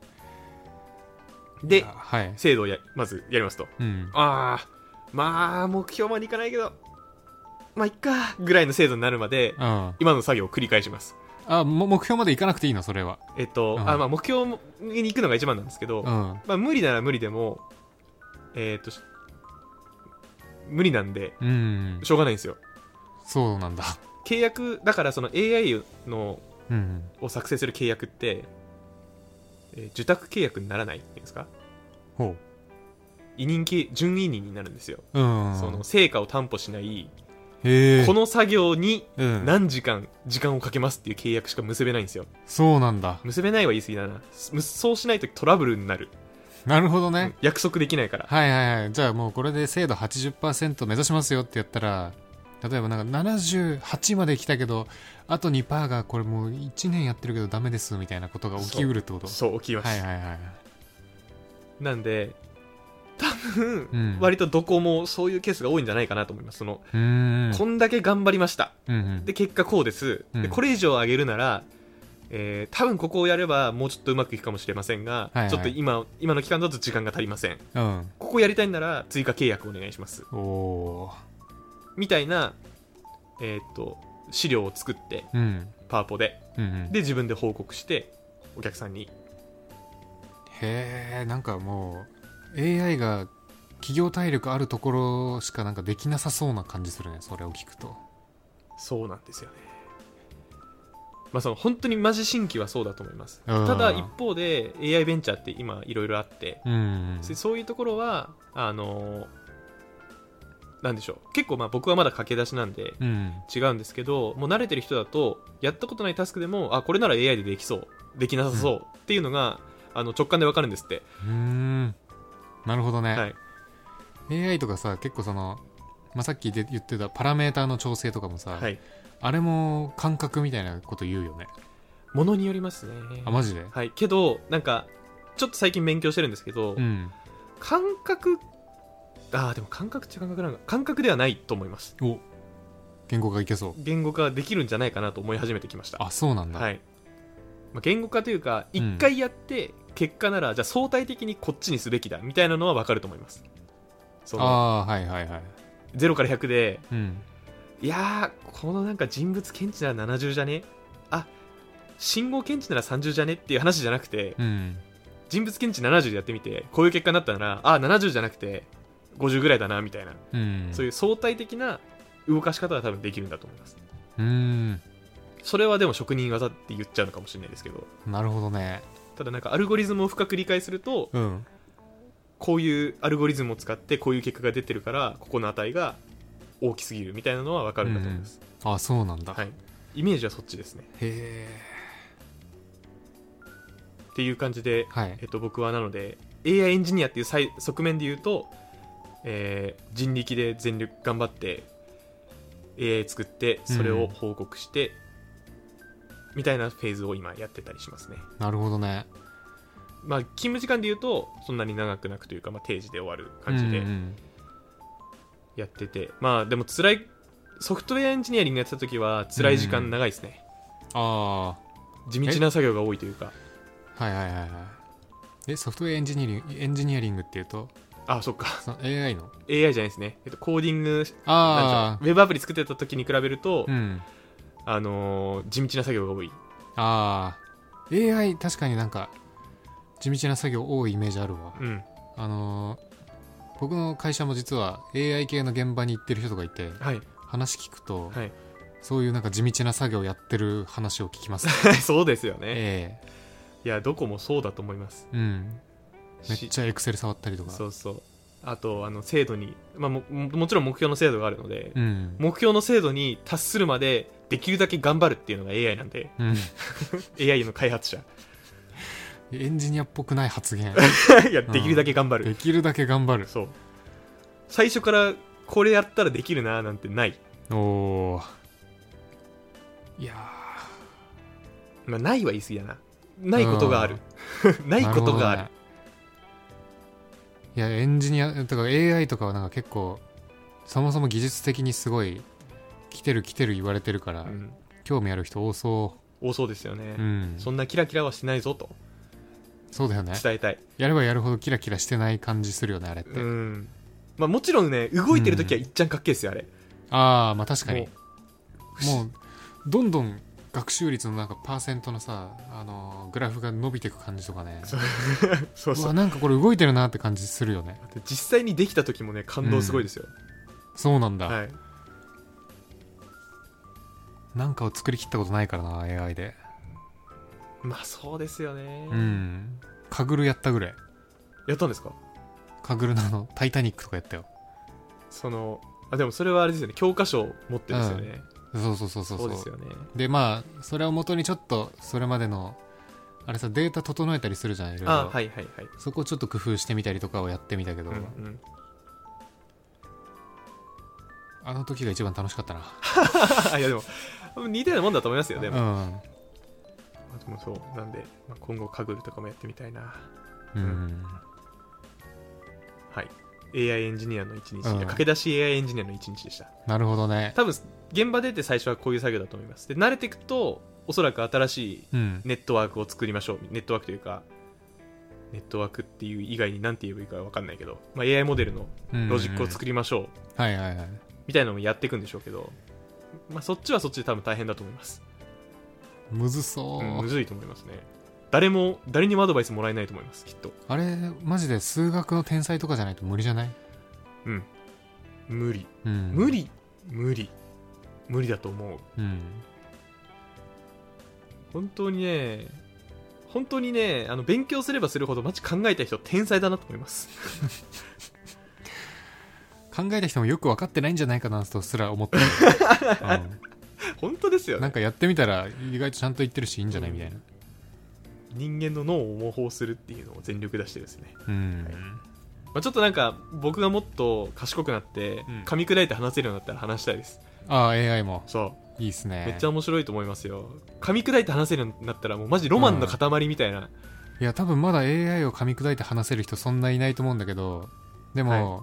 [SPEAKER 1] で
[SPEAKER 2] あはい
[SPEAKER 1] 制度をやまずやりますと
[SPEAKER 2] うん
[SPEAKER 1] ああまあ目標までいかないけどまあいっかぐらいの制度になるまで
[SPEAKER 2] うん
[SPEAKER 1] 今の作業を繰り返します
[SPEAKER 2] あも目標までいかなくていいのそれは
[SPEAKER 1] えっと、
[SPEAKER 2] うん
[SPEAKER 1] あまあ目標に行くのが一番なんですけど、
[SPEAKER 2] うん
[SPEAKER 1] まあ、無理なら無理でも、えーっと、し無理なんで、
[SPEAKER 2] うん
[SPEAKER 1] しょうがないんですよ。
[SPEAKER 2] そうなんだ
[SPEAKER 1] 契約、だからその AI の
[SPEAKER 2] うん
[SPEAKER 1] を作成する契約って、えー受託契約にならないっていうんですか
[SPEAKER 2] ほ
[SPEAKER 1] 委任契、準委任になるんですよ。
[SPEAKER 2] ううん
[SPEAKER 1] その成果を担保しない、
[SPEAKER 2] へえ
[SPEAKER 1] この作業に
[SPEAKER 2] うん
[SPEAKER 1] 何時間、時間をかけますっていう契約しか結べないんですよ。
[SPEAKER 2] そうなんだ
[SPEAKER 1] 結べないは言い過ぎだな。むそうしないとトラブルになる。
[SPEAKER 2] なるほどね
[SPEAKER 1] 約束できないから。
[SPEAKER 2] はいはいはいじゃあもうこれで精度80%目指しますよってやったら例えばなんか78まで来たけどあと2%がこれもう1年やってるけどダメですみたいなことが起きうるってこと
[SPEAKER 1] そう、起きます。
[SPEAKER 2] はいはいはい
[SPEAKER 1] なんで、多分、
[SPEAKER 2] うん
[SPEAKER 1] 割とどこもそういうケースが多いんじゃないかなと思います。その、
[SPEAKER 2] うーん
[SPEAKER 1] こんだけ頑張りました。
[SPEAKER 2] うんうん
[SPEAKER 1] で、結果こうです。
[SPEAKER 2] う
[SPEAKER 1] で、
[SPEAKER 2] ん
[SPEAKER 1] これ以上上げるなら、えー多分ここをやればもうちょっとうまくいくかもしれませんが、
[SPEAKER 2] はいはい
[SPEAKER 1] ちょっと今、今の期間だと時間が足りません。
[SPEAKER 2] うん
[SPEAKER 1] ここやりたいなら追加契約お願いします。
[SPEAKER 2] おお
[SPEAKER 1] みたいな、えーっと、資料を作って、
[SPEAKER 2] ーうん
[SPEAKER 1] パワポで。
[SPEAKER 2] うんうん
[SPEAKER 1] で、自分で報告して、お客さんに。
[SPEAKER 2] へえんかもう AI が企業体力あるところしかなんかできなさそうな感じするねそれを聞くと
[SPEAKER 1] そうなんですよね。まあ、その本当にマジ新規はそうだと思います。
[SPEAKER 2] うん
[SPEAKER 1] ただ一方で AI ベンチャーって今いろいろあって、
[SPEAKER 2] うんうん
[SPEAKER 1] そそういうところは、あのーなんでしょう。結構まあ僕はまだ駆け出しなんで
[SPEAKER 2] うん
[SPEAKER 1] 違うんですけど、もう慣れてる人だと、やったことないタスクでも、あ、これなら AI でできそう、できなさそうっていうのが、あの直感でわかるんですって。
[SPEAKER 2] うーんなるほどね、
[SPEAKER 1] はい。
[SPEAKER 2] AI とかさ結構その、まあ、さっきで言ってたパラメーターの調整とかもさ、
[SPEAKER 1] はい。
[SPEAKER 2] あれも感覚みたいなこと言うよね
[SPEAKER 1] ものによりますね。
[SPEAKER 2] あマジで
[SPEAKER 1] はい。けど、なんか、ちょっと最近勉強してるんですけど、
[SPEAKER 2] うん
[SPEAKER 1] 感覚あーでも感覚っちゃ感覚なのか感覚ではないと思います
[SPEAKER 2] お言語化いけそう
[SPEAKER 1] 言語化できるんじゃないかなと思い始めてきました
[SPEAKER 2] あそうなんだ、
[SPEAKER 1] はい、まあ、言語化というか
[SPEAKER 2] うん
[SPEAKER 1] 一回やって結果なら、じゃあ相対的にこっちにすべきだみたいなのは分かると思いますその
[SPEAKER 2] あーはいはいはい
[SPEAKER 1] 0から100で
[SPEAKER 2] うん
[SPEAKER 1] いやーこのなんか人物検知なら70じゃねあ信号検知なら30じゃねっていう話じゃなくて、
[SPEAKER 2] うん
[SPEAKER 1] 人物検知70でやってみてこういう結果になったならあ70じゃなくて50ぐらいだなみたいな
[SPEAKER 2] うん
[SPEAKER 1] そういう相対的な動かし方が多分できるんだと思います。
[SPEAKER 2] うーん
[SPEAKER 1] それはでも職人技って言っちゃうのかもしれないですけど、
[SPEAKER 2] なるほどね
[SPEAKER 1] ただなんかアルゴリズムを深く理解すると、
[SPEAKER 2] うん
[SPEAKER 1] こういうアルゴリズムを使ってこういう結果が出てるから、ここの値が大きすぎるみたいなのはわかるんだと思います。
[SPEAKER 2] あそうなんだ、
[SPEAKER 1] はい。イメージはそっちですね。
[SPEAKER 2] へ
[SPEAKER 1] っていう感じで
[SPEAKER 2] え、はい
[SPEAKER 1] えっと僕はなので、AI エンジニアっていうさい側面で言うと、えー人力で全力頑張って、AI 作って、それを報告して、みたいなフェーズを今やってたりしますね。
[SPEAKER 2] なるほどね
[SPEAKER 1] まあ、勤務時間で言うとそんなに長くなくというか、まあ、定時で終わる感じで
[SPEAKER 2] うんうん
[SPEAKER 1] やってて、まあでも辛いソフトウェアエンジニアリングやってた時は辛い時間長いですね、
[SPEAKER 2] あ
[SPEAKER 1] 地道な作業が多いというか
[SPEAKER 2] あはいはいはいはいえソフトウェアエンジニアリングエンジニアリングっていうと
[SPEAKER 1] あそっか
[SPEAKER 2] その AI の
[SPEAKER 1] AI じゃないですね、えっと、コーディングなん
[SPEAKER 2] あ
[SPEAKER 1] でしょうウェブアプリ作ってた時に比べると、
[SPEAKER 2] あうん
[SPEAKER 1] あのー地道な作業が多い
[SPEAKER 2] ああ AI 確かになんか地道な作業多いイメージあるわ、
[SPEAKER 1] うん
[SPEAKER 2] あのー僕の会社も実は AI 系の現場に行ってる人とかいて
[SPEAKER 1] はい
[SPEAKER 2] 話聞くと、
[SPEAKER 1] はい
[SPEAKER 2] そういうなんか地道な作業やってる話を聞きます、
[SPEAKER 1] そうですよね
[SPEAKER 2] ええ
[SPEAKER 1] いやどこもそうだと思います
[SPEAKER 2] うんめっ
[SPEAKER 1] し
[SPEAKER 2] ちゃエクセル触ったりとか
[SPEAKER 1] そうそうあとあの制度に、まあ、もももちろん目標の制度があるので、
[SPEAKER 2] うん、
[SPEAKER 1] 目標の制度に達するまでできるだけ頑張るっていうのが AI なんで
[SPEAKER 2] うん
[SPEAKER 1] AI の開発者
[SPEAKER 2] エンジニアっぽくない発言
[SPEAKER 1] いやできるだけ頑張る、
[SPEAKER 2] できるだけ頑張る
[SPEAKER 1] そう最初からこれやったらできるななんてない、
[SPEAKER 2] おーいや
[SPEAKER 1] まあ、ないは言い過ぎだなないことがある な
[SPEAKER 2] ー
[SPEAKER 1] いことがある
[SPEAKER 2] なほどねいやエンジニアとか AI とかはなんか結構そもそも技術的にすごい来てる来てる言われてるから、
[SPEAKER 1] うん、
[SPEAKER 2] 興味ある人多そ
[SPEAKER 1] 多そうですよね、
[SPEAKER 2] う、うん、
[SPEAKER 1] そんなキラキラはしないぞと
[SPEAKER 2] そうだよね
[SPEAKER 1] 伝えたい、
[SPEAKER 2] やればやるほどキラキラしてない感じするよねあれって、
[SPEAKER 1] うんまあ、もちろんね動いてる時はいっちゃんかっけえですよあれ、
[SPEAKER 2] ああまあ確かに
[SPEAKER 1] もう
[SPEAKER 2] もうどんどん学習率のなんかパーセントのさ、あのーグラフが伸びていく感じとかね
[SPEAKER 1] そうそう
[SPEAKER 2] う
[SPEAKER 1] そう
[SPEAKER 2] わなんかこれ動いてるなって感じするよね
[SPEAKER 1] で実際にできた時もね感動すごいですよ、
[SPEAKER 2] そうなんだ、
[SPEAKER 1] はい、
[SPEAKER 2] なんかを作り切ったことないからな AI で
[SPEAKER 1] まあそうですよね、
[SPEAKER 2] うんカグルやったぐらい
[SPEAKER 1] やったんですか
[SPEAKER 2] カグルのあの「タイタニック」とかやったよ
[SPEAKER 1] そのあでもそれはあれですよね教科書を持ってですよね、
[SPEAKER 2] そうそうそうそう
[SPEAKER 1] そう
[SPEAKER 2] う
[SPEAKER 1] ですよね
[SPEAKER 2] でまあそれを元にちょっとそれまでのあれさデータ整えたりするじゃんいろいろ
[SPEAKER 1] あはいはいはい、
[SPEAKER 2] そこをちょっと工夫してみたりとかをやってみたけど、
[SPEAKER 1] うんうん、
[SPEAKER 2] あの時が一番楽しかったな。
[SPEAKER 1] いやでも似たようなもんだと思いますよでも,、
[SPEAKER 2] うん
[SPEAKER 1] でもそうなんで、まあ、今後カグルとかもやってみたいな
[SPEAKER 2] うん。
[SPEAKER 1] はい AI エンジニアの一日、
[SPEAKER 2] うん
[SPEAKER 1] いや駆け出し AI エンジニアの一日でした
[SPEAKER 2] なるほどね。
[SPEAKER 1] 多分現場出て最初はこういう作業だと思いますで慣れていくとおそらく新しい
[SPEAKER 2] うん。
[SPEAKER 1] ネットワークを作りましょうネットワークというかネットワークっていう以外に何て言えばいいか分かんないけど、まあ、AI モデルのロジックを作りましょう、
[SPEAKER 2] る。はいはいはい。
[SPEAKER 1] みたいなのもやっていくんでしょうけど、まあ、そっちはそっちで多分大変だと思います、
[SPEAKER 2] むずそうう。
[SPEAKER 1] ん、むずいと思いますね誰も誰にもアドバイスもらえないと思いますきっと
[SPEAKER 2] あれ、マジで数学の天才とかじゃないと無理じゃない
[SPEAKER 1] うん無理
[SPEAKER 2] うん。
[SPEAKER 1] 無理無理無理だと思う
[SPEAKER 2] うん。
[SPEAKER 1] 本当にね本当にねあの勉強すればするほどマジ考えた人天才だなと思います
[SPEAKER 2] 考えた人もよく分かってないんじゃないかなとすら 思ってる、
[SPEAKER 1] 本当です
[SPEAKER 2] う
[SPEAKER 1] よ
[SPEAKER 2] んな
[SPEAKER 1] ね
[SPEAKER 2] んかやってみたら意外とちゃんと言ってるしいいんじゃないみたいな。
[SPEAKER 1] 人間の脳を模倣するっていうのを全力出してですね、
[SPEAKER 2] うん。
[SPEAKER 1] まあ、ちょっとなんか僕がもっと賢くなって
[SPEAKER 2] うん
[SPEAKER 1] 噛み砕いて話せるようになったら話したいです、
[SPEAKER 2] ああ、AI も。
[SPEAKER 1] そう
[SPEAKER 2] いいっすね。
[SPEAKER 1] めっちゃ面白いと思いますよ噛み砕いて話せるようになったらもうマジロマンの塊みたいな、
[SPEAKER 2] いや、多分まだ AI を噛み砕いて話せる人そんないないと思うんだけど、でも、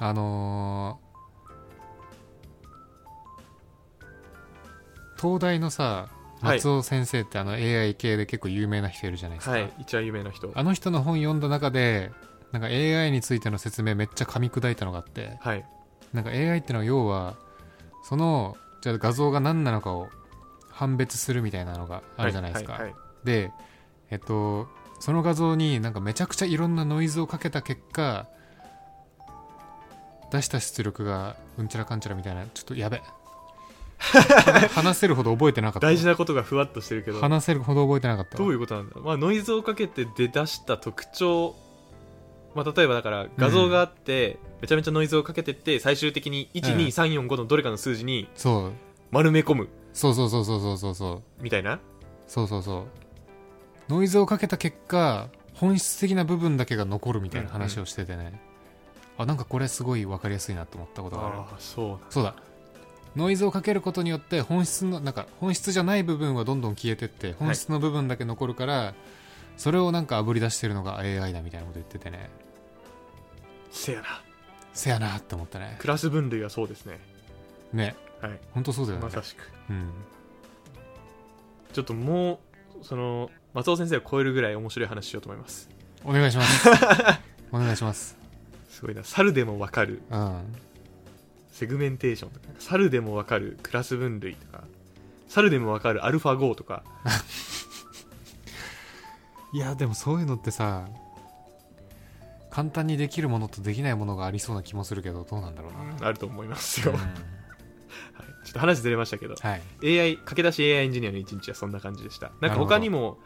[SPEAKER 2] あのー東大のさ、
[SPEAKER 1] はい
[SPEAKER 2] 松尾先生ってあの AI 系で結構有名な人いるじゃないですか。
[SPEAKER 1] はい一番有名な人
[SPEAKER 2] あの人の本読んだ中で、なんか AI についての説明めっちゃ噛み砕いたのがあって、
[SPEAKER 1] はい
[SPEAKER 2] なんか AI ってのは要は、その、じゃあ画像が何なのかを判別するみたいなのがあるじゃないですか。
[SPEAKER 1] はいはいはい
[SPEAKER 2] で、えっと、その画像になんかめちゃくちゃいろんなノイズをかけた結果出した出力がうんちゃらかんちゃらみたいなちょっと やべ話せるほど覚えてなかった
[SPEAKER 1] 大事なことがふわっとしてるけど
[SPEAKER 2] 話せるほど覚えてなかった
[SPEAKER 1] どういうことなんだ、まあ、ノイズをかけて出だした特徴、まあ、例えばだから画像があって、めちゃめちゃノイズをかけてって最終的に
[SPEAKER 2] うん
[SPEAKER 1] 12345のどれかの数字に
[SPEAKER 2] そう
[SPEAKER 1] 丸め込む
[SPEAKER 2] そうそうそうそうそうそうそう
[SPEAKER 1] みたいな
[SPEAKER 2] そうそうそうノイズをかけた結果本質的な部分だけが残るみたいな話をしててね、あなんかこれすごい分かりやすいなと思ったことがある
[SPEAKER 1] ああそうなん
[SPEAKER 2] そうだノイズをかけることによって本質のなんか本質じゃない部分はどんどん消えてって本質の部分だけ残るから、それをなんか炙り出してるのが AI だみたいなこと言っててね
[SPEAKER 1] せやな
[SPEAKER 2] せやなって思ったね
[SPEAKER 1] クラス分類はそうですね
[SPEAKER 2] ね
[SPEAKER 1] はい
[SPEAKER 2] 本当そうだよね、
[SPEAKER 1] まさしく
[SPEAKER 2] うん、
[SPEAKER 1] ちょっともうその松尾先生を超えるぐらい面白い話しようと思います
[SPEAKER 2] お願いします お願いします
[SPEAKER 1] すごいな猿でもわかる
[SPEAKER 2] うん
[SPEAKER 1] セグメンテーションとか猿でもわかるクラス分類とか猿でもわかるアルファ5とか
[SPEAKER 2] いやでもそういうのってさ考簡単にできるものとできないものがありそうな気もするけどどうなんだろうな、
[SPEAKER 1] あると思いますよ、
[SPEAKER 2] うん
[SPEAKER 1] はい、ちょっと話ずれましたけど
[SPEAKER 2] はい
[SPEAKER 1] AI 駆け出し AI エンジニアの一日はそんな感じでしたなん
[SPEAKER 2] なる
[SPEAKER 1] か
[SPEAKER 2] ほど
[SPEAKER 1] 他にも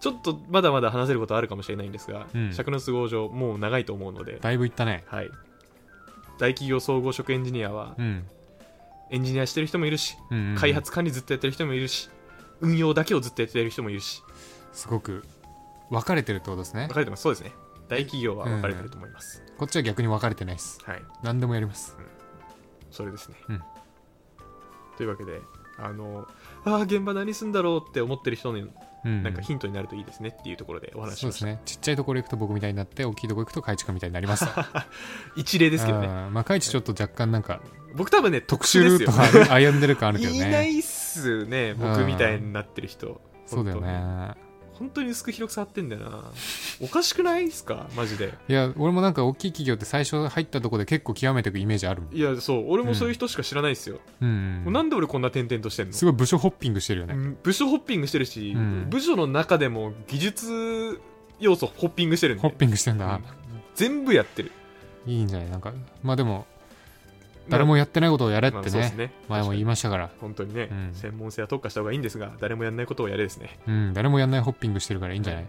[SPEAKER 1] ちょっとまだまだ話せることあるかもしれないんですが、
[SPEAKER 2] うん
[SPEAKER 1] 尺の都合上もう長いと思うので、
[SPEAKER 2] だいぶいったね
[SPEAKER 1] はい、大企業総合職エンジニアは
[SPEAKER 2] うん、
[SPEAKER 1] エンジニアしてる人もいるし
[SPEAKER 2] うんうんうん
[SPEAKER 1] 開発管理ずっとやってる人もいるし運用だけをずっとやってる人もいるし
[SPEAKER 2] すごく分かれてるってことですね
[SPEAKER 1] 分かれてますそうですね大企業は分かれてると思います、
[SPEAKER 2] こっちは逆に分かれてないです
[SPEAKER 1] はい
[SPEAKER 2] 何でもやります
[SPEAKER 1] それですね、
[SPEAKER 2] うん
[SPEAKER 1] というわけであのあー現場何すんだろうって思ってる人に
[SPEAKER 2] うん
[SPEAKER 1] なんかヒントになるといいですねっていうところでお話しし
[SPEAKER 2] そう
[SPEAKER 1] ま
[SPEAKER 2] で
[SPEAKER 1] し
[SPEAKER 2] す
[SPEAKER 1] た、
[SPEAKER 2] ねちっちゃいところ行くと僕みたいになって大きいところ行くと海地君みたいになります
[SPEAKER 1] 一例ですけどね
[SPEAKER 2] あーまあ海地ちょっと若干なんか
[SPEAKER 1] 僕多分ね特
[SPEAKER 2] 特
[SPEAKER 1] 殊
[SPEAKER 2] 殊
[SPEAKER 1] で
[SPEAKER 2] ル
[SPEAKER 1] す
[SPEAKER 2] ー
[SPEAKER 1] よ
[SPEAKER 2] トが歩んでる感 あるけどね
[SPEAKER 1] いないっすね僕みたいになってる人
[SPEAKER 2] そうだよ
[SPEAKER 1] 本
[SPEAKER 2] ね
[SPEAKER 1] 当に本当に薄く広く触ってんだよ なおかしくないっすかマジで
[SPEAKER 2] いや俺もなんか大きい企業って最初入ったとこで結構極めていくイメージあるもん、
[SPEAKER 1] いやそう俺もそういう人しか知らないっすよ、
[SPEAKER 2] うん
[SPEAKER 1] もうなんで俺こんな点々としてんの
[SPEAKER 2] すごい部署ホッピングしてるよね、
[SPEAKER 1] うん部署ホッピングしてるし、
[SPEAKER 2] うん
[SPEAKER 1] 部署の中でも技術要素ホッピングしてるんで
[SPEAKER 2] ホッピングしてんだ、
[SPEAKER 1] うん全部やってる
[SPEAKER 2] いいんじゃないなんかまあでも誰もやってないことをやれって
[SPEAKER 1] まあ
[SPEAKER 2] ね,、
[SPEAKER 1] そうですね
[SPEAKER 2] 前も言いましたから
[SPEAKER 1] 本当にね、
[SPEAKER 2] うん
[SPEAKER 1] 専門性は特化した方がいいんですが誰もやらないことをやれですね
[SPEAKER 2] うん誰もやんないホッピングしてるからいいんじゃない、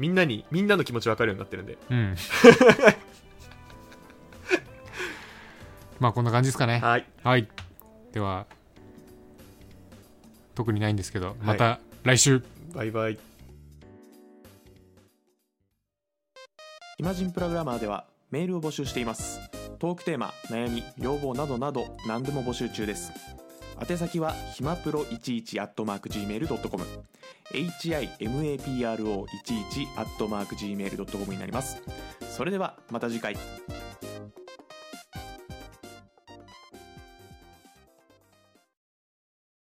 [SPEAKER 1] みんなにみんなの気持ち分かるようになってるんで
[SPEAKER 2] うん まあこんな感じですかね
[SPEAKER 1] はい
[SPEAKER 2] はいでは特にないんですけどまた来週、
[SPEAKER 1] バイバイ
[SPEAKER 3] イマジンプログラマーではメールを募集していますトークテーマ悩み要望などなど何でも募集中です宛先はひまプロ11 at mark gmail.com himapro11 at mark gmail.com になりますそれではまた次回